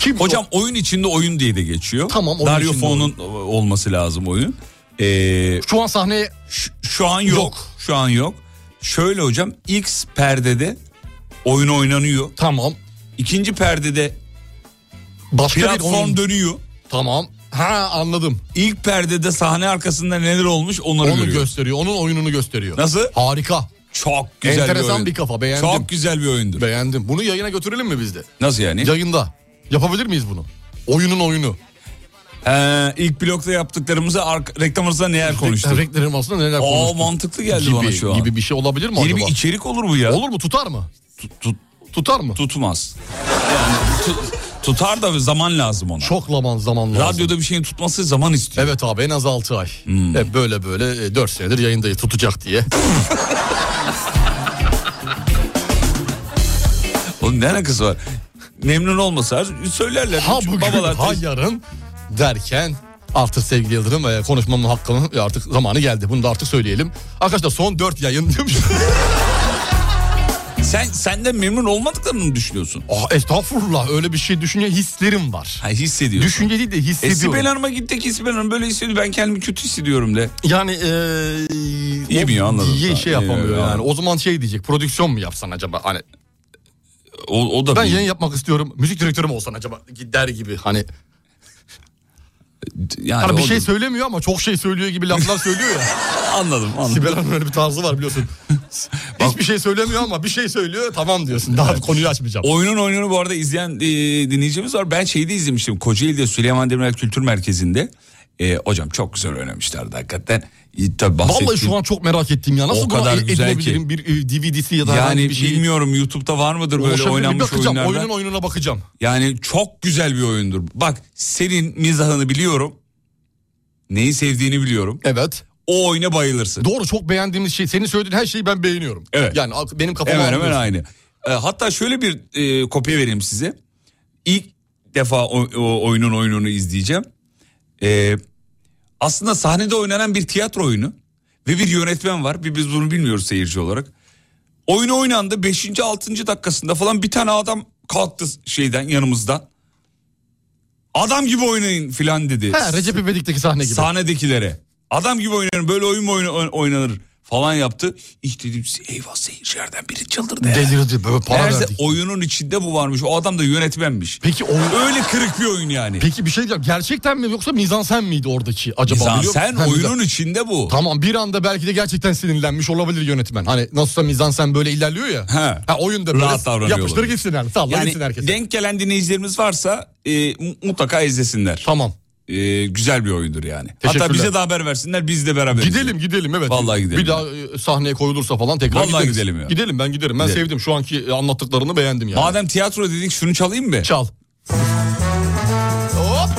Kim
Hocam oyun içinde oyun diye de geçiyor.
Tamam, oyun
Dario
içinde
Fo'nun olması lazım oyun. Ee,
Şu an sahneye
şu, şu an yok.
Yok.
Şu an yok. Şöyle hocam X perdede oyun oynanıyor.
tamam.
İkinci perdede
Başka bir
platform
oyun.
dönüyor.
tamam. Ha anladım.
İlk perdede sahne arkasında neler olmuş onları
Onu
görüyoruz.
gösteriyor. Onun oyununu gösteriyor.
Nasıl?
Harika.
Çok güzel bir
Enteresan
oyun.
bir kafa, beğendim.
Çok güzel bir oyundur.
Beğendim. Bunu yayına götürelim mi biz de?
Nasıl yani?
Yayında. Yapabilir miyiz bunu? Oyunun oyunu.
Ee, ilk blokta yaptıklarımızı ark- reklam arasında neler konuştuk?
Renklerin aslında neler
Aa
konuştuk?
mantıklı geldi
gibi,
bana şu an.
Gibi bir şey olabilir mi
Yeni
acaba?
bir içerik olur bu ya.
Olur mu? Tutar mı?
Tut-
Tutar mı?
tutmaz. Yani tu- tutar da zaman lazım ona.
Çok zaman zaman lazım.
Radyoda bir şeyin tutması zaman istiyor. Hmm.
Evet abi en az 6 ay. Hep böyle böyle 4 senedir yayındayız tutacak
<laughs>
diye.
Oğlum ne alakası var? memnun olmasa söylerler.
Ha bugün
Babalar
ha yarın derken artık sevgili Yıldırım e, konuşmamın hakkının e, artık zamanı geldi. Bunu da artık söyleyelim. Arkadaşlar son 4 yayın demiş.
<laughs> sen senden memnun olmadıklarını mı düşünüyorsun?
Ah estağfurullah öyle bir şey düşünce hislerim var.
Ha, hissediyorsun.
Düşünce değil de
E, Sibel
hissediyorum.
Hanım'a gittik Sibel Hanım böyle hissediyor ben kendimi kötü hissediyorum de.
Yani
İyi mi ya, anladım.
İyi şey
Ha, iyi,
yapamıyor
iyi,
yani.
anladım.
O zaman şey diyecek prodüksiyon mu yapsan acaba hani
O, o da
ben
bir-
yayın yapmak istiyorum müzik direktörü mü olsan acaba der gibi hani
yani
Hani bir
o
şey
da-
söylemiyor ama çok şey söylüyor gibi laflar söylüyor ya.
<laughs> anladım anladım.
Sibel Hanım'ın öyle bir tarzı var
<laughs>
biliyorsun. Hiçbir şey söylemiyor ama bir şey söylüyor tamam diyorsun. Daha konuyu açmayacağım.
Oyunun oyununu bu arada izleyen e, dinleyicimiz var. Ben şeyde izlemiştim. Kocaeli'de Süleyman Demirel Kültür Merkezi'nde. E, hocam çok güzel oynamışlardı hakikaten. E, tabii bahsettiğim-
Vallahi şu an çok merak ettim ya. Nasıl
O
buna
kadar
el-
güzel
edinebilirim? Bir e, DVD'si ya da herhangi
yani
bir şey.
bilmiyorum YouTube'da var mıdır böyle
Ulaşabilirim.
oynanmış
bakacağım.
oyunlardan.
Oyunun oyununa bakacağım.
Yani çok güzel bir oyundur. Bak senin mizahını biliyorum. Neyi sevdiğini biliyorum.
Evet.
O oyuna bayılırsın.
Doğru çok beğendiğimiz şey. Senin söylediğin her şeyi ben beğeniyorum.
Evet.
Yani ak- benim kafama
hemen hemen
almıyorsun.
aynı. E, hatta şöyle bir e, kopya vereyim size. İlk defa o, o oyunun oyununu izleyeceğim. E, aslında sahnede oynanan bir tiyatro oyunu ve bir yönetmen var. Bir biz bunu bilmiyoruz seyirci olarak. Oyun oynandı 5. 6. dakikasında falan bir tane adam kalktı şeyden yanımızdan. Adam gibi oynayın filan dedi.
Ha, Recep İvedik'teki sahne gibi.
Sahnedekilere. Adam gibi oynarım böyle oyun mu oyna- oyn- oynanır falan yaptı. İşte dedim eyvah seyircilerden biri çıldırdı. ya.
Delirdi böyle para
Meğerse
verdik.
oyunun içinde bu varmış. O adam da yönetmenmiş.
Peki oyun...
Öyle kırık bir oyun yani.
Peki bir şey diyeceğim. Gerçekten mi yoksa mizansen miydi oradaki acaba?
Mizan-
biliyor musun?
sen
Ha, mizan-
oyunun içinde bu.
Tamam bir anda belki de gerçekten sinirlenmiş olabilir yönetmen. Hani nasılsa mizansen böyle ilerliyor ya.
He.
Ha, oyunda böyle
Rahat davranıyor
yapıştır
olabilir.
gitsin yani. Salla
Yani
gitsin herkes.
denk gelen dinleyicilerimiz varsa e, mu- mutlaka izlesinler.
Tamam.
E, güzel bir oyundur yani. Hatta
Teşekkürler.
bize de haber versinler biz de beraber.
Gidelim
izleyelim.
gidelim evet.
Vallahi gidelim.
Bir daha e, sahneye koyulursa falan tekrar
Vallahi
gideriz.
gidelim ya.
Gidelim ben giderim. Ben
Gidelim.
sevdim şu anki e, anlattıklarını beğendim yani.
Madem tiyatro dedik şunu çalayım mı?
Çal. Hop.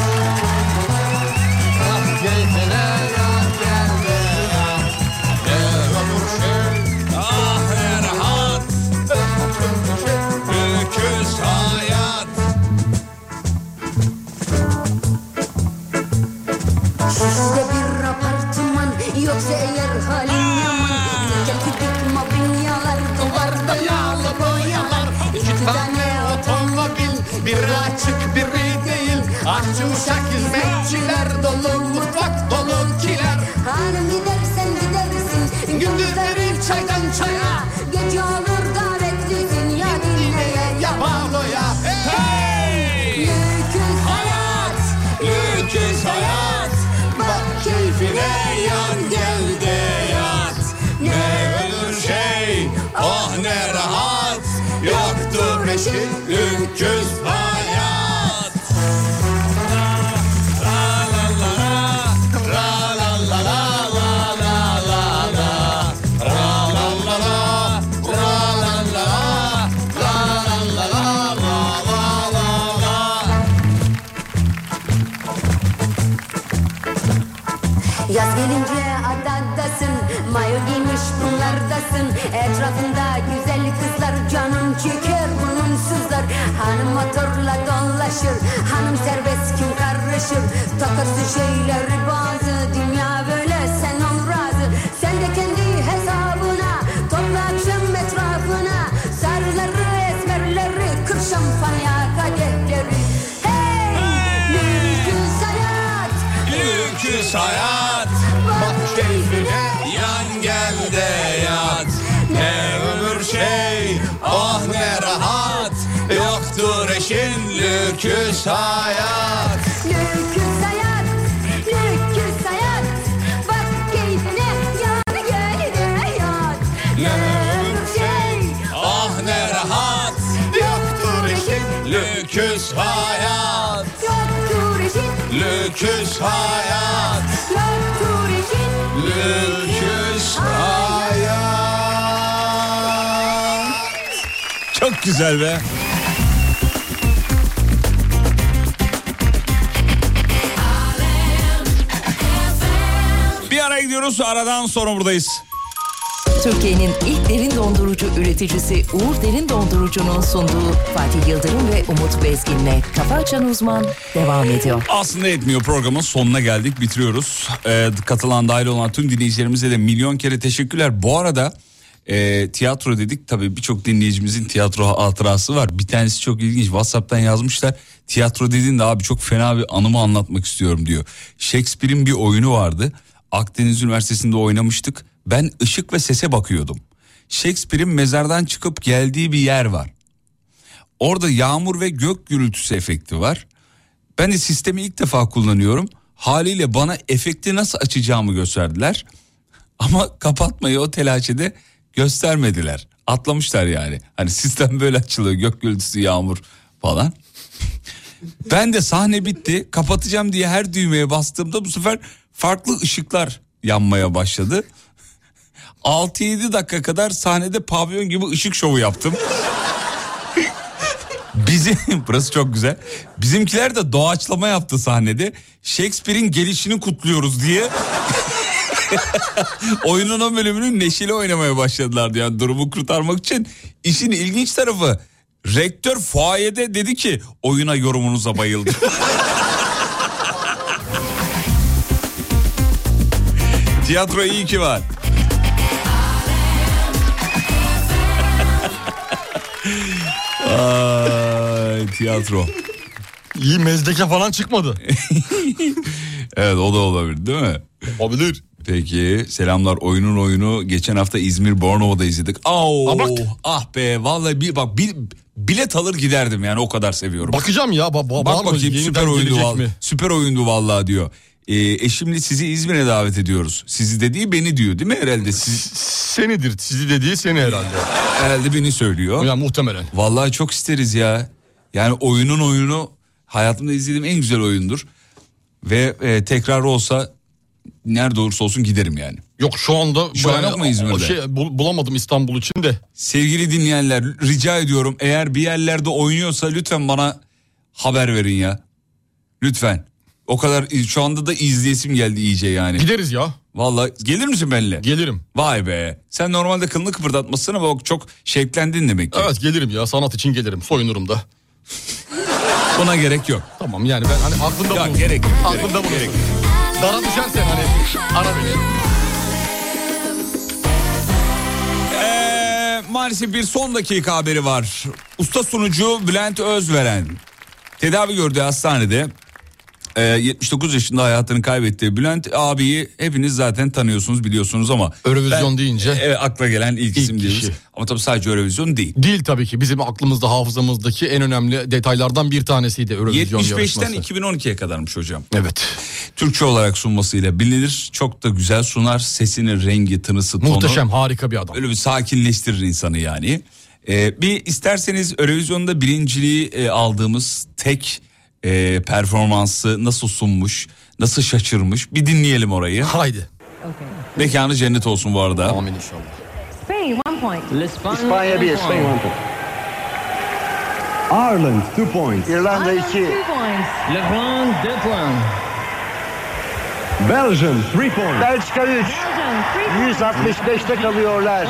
Ah Erhan, öküz hayat.
Sizde bir apartman yoksa eğer halim yaman Gel gidik mabinyalar duvarda yağlı boyalar İki tane otomobil biri açık biri değil Ahçı uşak hizmetçiler dolu mutfak dolu kiler Hanım gidersen gidersin gündüzleri çaydan çaya Gece olur davetlisin ya dinleye ya baloya Hey! Yükün hayat, yükün hayat Bak keyfine yan gel de yat Ne ölür şey, ah ne rahat Yoktur eşi, yükün hayat
Yaz gelince adadasın Mayo giymiş bunlardasın Etrafında güzel kızlar Canım çeker bununsuzlar Hanım motorla dolaşır Hanım serbest kim karışır Takarsın şeyleri bazı Dünya böyle sen ol razı Sen de kendi hesabına Topla akşam etrafına Sarıları esmerleri Kır şampanya kadehleri Hey! Mümkün hayat
Öküz hayat,
Bak keyfine
yan gel de yat. Ne ömür şey, ah ne rahat. Yoktur eşin lüküs hayat.
Lüküs hayat, lüküs hayat Bak keyfine yan gel de yat Ne ömür şey
Ah ne rahat
Yoktur eşin,
Lüküs hayat
yoktur eşin
Lüküs hayat
Yoktur eşin
Lüküs hayat Çok güzel be Bir ara gidiyoruz aradan sonra buradayız
Türkiye'nin ilk derin dondurucu üreticisi Uğur Derin Dondurucu'nun sunduğu Fatih Yıldırım ve Umut Bezgin'le Kafa Açan Uzman devam ediyor.
Aslında etmiyor programın sonuna geldik bitiriyoruz. Ee, katılan dahil olan tüm dinleyicilerimize de milyon kere teşekkürler. Bu arada e, tiyatro dedik tabii birçok dinleyicimizin tiyatro hatırası var. Bir tanesi çok ilginç Whatsapp'tan yazmışlar. Tiyatro dediğinde abi çok fena bir anımı anlatmak istiyorum diyor. Shakespeare'in bir oyunu vardı. Akdeniz Üniversitesi'nde oynamıştık. Ben ışık ve sese bakıyordum. Shakespeare'in mezardan çıkıp geldiği bir yer var. Orada yağmur ve gök gürültüsü efekti var. Ben de sistemi ilk defa kullanıyorum. Haliyle bana efekti nasıl açacağımı gösterdiler. Ama kapatmayı o telaşede göstermediler. Atlamışlar yani. Hani sistem böyle açılıyor. Gök gürültüsü, yağmur falan. ben de sahne bitti. Kapatacağım diye her düğmeye bastığımda bu sefer farklı ışıklar yanmaya başladı. 6-7 dakika kadar sahnede pavyon gibi ışık şovu yaptım. Bizim <laughs> burası çok güzel. Bizimkiler de doğaçlama yaptı sahnede. Shakespeare'in gelişini kutluyoruz diye. <laughs> Oyunun o bölümünü neşeli oynamaya başladılar yani durumu kurtarmak için. İşin ilginç tarafı rektör fuayede dedi ki oyuna yorumunuza bayıldı. <laughs> Tiyatro iyi ki var. Ay, tiyatro.
İyi mezdeke falan çıkmadı.
<laughs> Evet o da olabilir değil mi? Olabilir. Peki selamlar oyunun oyunu geçen hafta İzmir Bornova'da izledik. Au, ah be vallahi bir bak bir bilet alır giderdim yani o kadar seviyorum.
Bakacağım ya. Ba- ba- var
Bak
mı?
bakayım
Yeniden
süper oyundu,
gelecek
val-
mi?
süper oyundu vallahi diyor. Ee, eşimle sizi İzmir'e davet ediyoruz. Sizi dediği beni diyor değil mi herhalde? Siz... Senidir sizi dediği seni herhalde. Herhalde beni söylüyor. Ya muhtemelen. Vallahi çok isteriz ya. Yani oyunun oyunu hayatımda izlediğim en güzel oyundur. Ve e, tekrar olsa nerede olursa olsun giderim yani.
Yok şu anda
Şu an yok mu İzmir'de?
Şey, bul- bulamadım İstanbul için de.
Sevgili dinleyenler rica ediyorum eğer bir yerlerde oynuyorsa lütfen bana haber verin ya. Lütfen. O kadar şu anda da izleyesim geldi iyice yani. Gideriz ya. Vallahi gelir misin benimle? Gelirim. Vay be. Sen normalde kılını kıpırdatmasın ama bak çok şevklendin demek ki.
Evet gelirim ya sanat için gelirim soyunurum da.
Buna gerek yok.
Tamam yani ben hani aklında bulunsun.
Gerek yok.
Aklında bulunsun. Dara düşersen hani ara beni.
Ee, maalesef bir son dakika haberi var. Usta sunucu Bülent Özveren tedavi gördüğü hastanede e, 79 yaşında hayatını kaybetti. Bülent abiyi hepiniz zaten tanıyorsunuz biliyorsunuz ama
Eurovision
ben-
deyince.
e, akla gelen ilk, isim diyoruz. Ama tabii sadece Eurovision değil.
Değil tabii ki bizim aklımızda hafızamızdaki en önemli detaylardan bir tanesiydi Eurovision
75'ten
yarışması.
2012'ye kadarmış hocam. Evet. Türkçe olarak sunmasıyla bilinir. Çok da güzel sunar. Sesinin rengi, tınısı, tonu.
Muhteşem harika bir adam.
Böyle bir sakinleştirir insanı yani. Ee, bir isterseniz Eurovision'da birinciliği e, aldığımız tek e, performansı nasıl sunmuş, nasıl şaşırmış bir dinleyelim orayı. Haydi. Mekanı cennet olsun bu arada. Amin inşallah.
Spain, one point.
İspanya 1, Spain 1 point. Ireland 2 points. İrlanda 2.
Lebron, deux points.
Belgium 3 points. Belçika 3. 165'te kalıyorlar.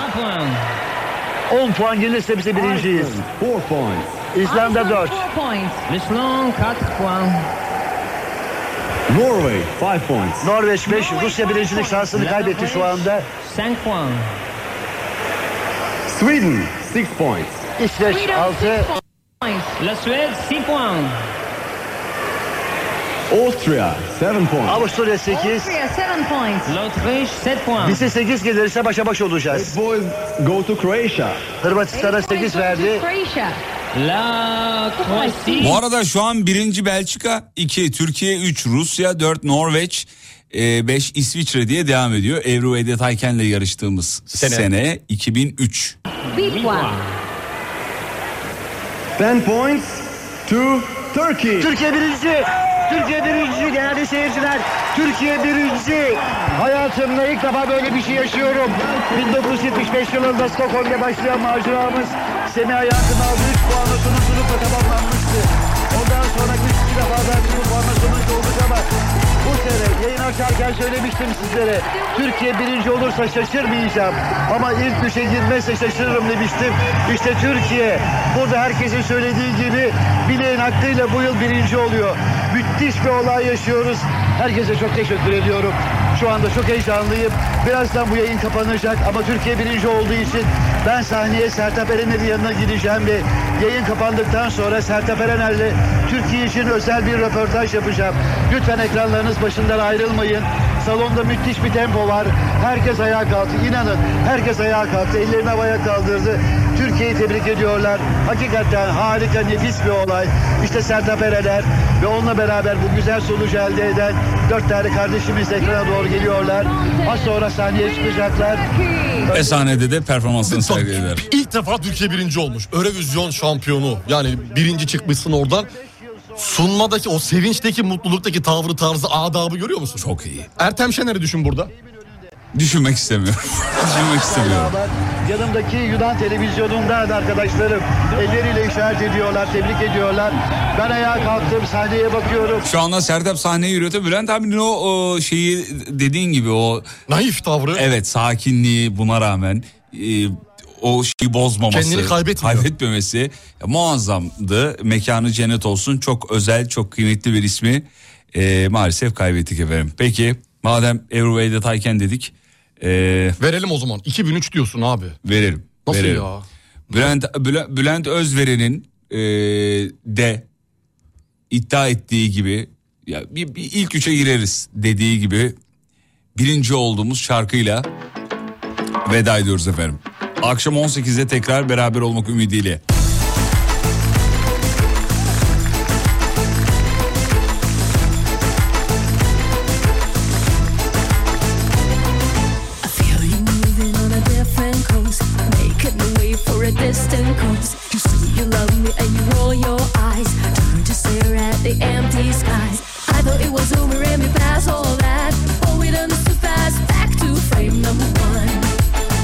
10 puan gelirse bize birinciyiz. 4 points. İzlanda 4.
Four points. Lisbon, quatre points.
Norway 5 points. Norveç 5. Rusya birincilik şansını kaybetti şu anda. 5 puan. Sweden 6 points. İsveç 6.
La Suède, six points.
Austria 7 points. Avusturya 8.
Austria, seven points. L'Autriche, sept points.
Bize 8 gelirse başa baş olacağız. boys go to Croatia. Hırvatistan'a 8 verdi.
Croatia.
La
Bu arada şu an birinci Belçika, iki Türkiye, üç Rusya, dört Norveç, e, beş İsviçre diye devam ediyor. Evro ve Detayken'le yarıştığımız sene, 2003.
Huit points.
10 points to Turkey. Türkiye birinci. Türkiye birinci değerli seyirciler. Türkiye birinci. Hayatımda ilk defa böyle bir şey yaşıyorum. 1975 yılında Stockholm'da başlayan maceramız Semih hayatını aldı. 3 puanla sonucunu tamamlanmıştı. Ondan sonra 3 defa ben bu puanla sonuç olduk ama bu sizlere. Yayın açarken söylemiştim sizlere. Türkiye birinci olursa şaşırmayacağım. Ama ilk düşe girmezse şaşırırım demiştim. İşte Türkiye burada herkesin söylediği gibi bileğin hakkıyla bu yıl birinci oluyor. Müthiş bir olay yaşıyoruz. Herkese çok teşekkür ediyorum. Şu anda çok heyecanlıyım. Birazdan bu yayın kapanacak ama Türkiye birinci olduğu için ben sahneye Sertab Erener'in yanına gideceğim ve yayın kapandıktan sonra Sertab Erener'le Türkiye için özel bir röportaj yapacağım. Lütfen ekranlarınız başından ayrılmayın. Salonda müthiş bir tempo var. Herkes ayağa kalktı. İnanın herkes ayağa kalktı. Ellerini havaya kaldırdı. Türkiye'yi tebrik ediyorlar. Hakikaten harika, nefis bir olay. İşte Sertab Erener ve onunla beraber bu güzel sonucu elde eden dört tane kardeşimiz ekrana doğru geliyorlar. Az sonra sahneye çıkacaklar.
Ve sahnede de performansını sergiler.
İlk defa Türkiye birinci olmuş. Eurovision şampiyonu. Yani birinci çıkmışsın oradan. Sunmadaki o sevinçteki mutluluktaki tavrı tarzı adabı görüyor musun?
Çok iyi.
Ertem Şener'i düşün burada.
Düşünmek istemiyorum. Düşünmek istemiyorum.
beraber yanımdaki Yunan televizyonundan arkadaşlarım elleriyle işaret ediyorlar, tebrik ediyorlar. Ben ayağa kalktım, sahneye bakıyorum.
Şu anda Serdap sahneye yürüyordu. Bülent abinin o, o şeyi dediğin gibi o...
Naif tavrı.
Evet sakinliği buna rağmen e, o şeyi bozmaması.
Kendini kaybetmiyor.
Kaybetmemesi ya, muazzamdı. Mekanı cennet olsun. Çok özel, çok kıymetli bir ismi e, maalesef kaybettik efendim. Peki madem Everyway'de Tayken dedik. e,
verelim o zaman. 2003 diyorsun abi.
Verelim.
Nasıl
verelim.
ya?
Bülent, Bülent, Bülent Özveren'in e, de iddia ettiği gibi ya bir, bir ilk üçe gireriz dediği gibi birinci olduğumuz şarkıyla veda ediyoruz efendim. Akşam 18'de tekrar beraber olmak ümidiyle.
Feeling moving on a different coast, making the way for a distant coast. You say you love me and you roll your eyes, turn to stare at the empty skies. I thought it was over and we passed all that, but we done this too fast. Back to frame number one.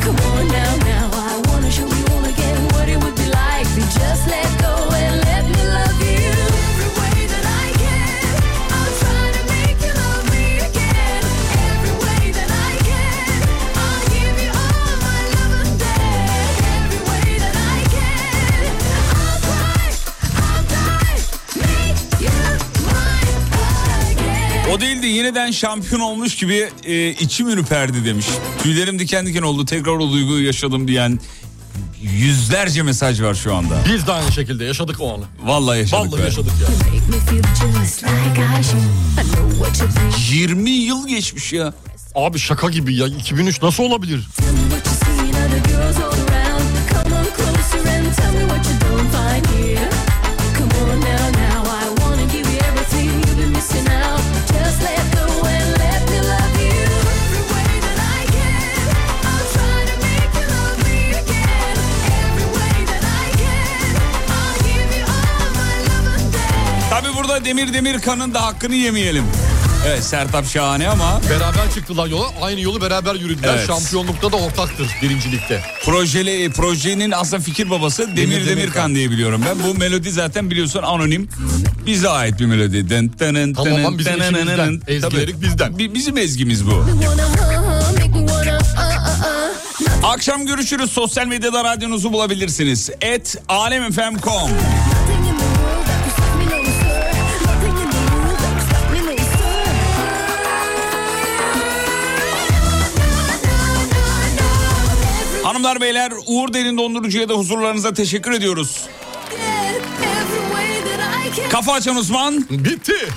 Come on now, now I wanna show you all again what it would be like if you just let go and let me love you. Every way that I can, I'll try to make you love me again. Every way that I can. I'll give you all my love and every way that I can. I'll try, I'll try, make you mine again.
O değil de yeniden şampiyon olmuş gibi e, içim ürperdi demiş. Tüylerim diken diken oldu tekrar o duyguyu yaşadım diyen yüzlerce mesaj var şu anda.
Biz de aynı şekilde yaşadık o anı.
Vallahi yaşadık.
Vallahi
be.
yaşadık ya.
Make me feel just like I should. I know what you think.
20 yıl geçmiş ya.
Abi şaka gibi ya 2003 nasıl olabilir?
What you see in other girls all around. Come on closer and tell me what you don't find here. Come on now, now I wanna give you everything you've been missing out. Just let go and let me love you. Every way that I can, I'll try to make you love me again. Every way that I can, I'll give you all my love and
Tabi burada Demir Demirkan'ın da hakkını yemeyelim. Evet Sertap şahane ama...
Beraber çıktılar yola aynı yolu beraber yürüdüler.
Evet.
Şampiyonlukta da ortaktır birincilikte.
Projeli, e, projenin aslında fikir babası Demir, Demirkan. diye biliyorum ben. Bu melodi zaten biliyorsun anonim. Bize ait bir melodi. Dın, tının, tının,
Tamamen bizim
tının,
içimizden.
tının.
Ezgileri
Tabii.
bizden.
Bi- Bizim ezgimiz bu.
uh, make me wanna uh uh uh.
Akşam görüşürüz. Sosyal medyada radyonuzu bulabilirsiniz. Et alemfm.com Hanımlar beyler Uğur Derin Dondurucu'ya da huzurlarınıza teşekkür ediyoruz. Kafa açan uzman.
Bitti.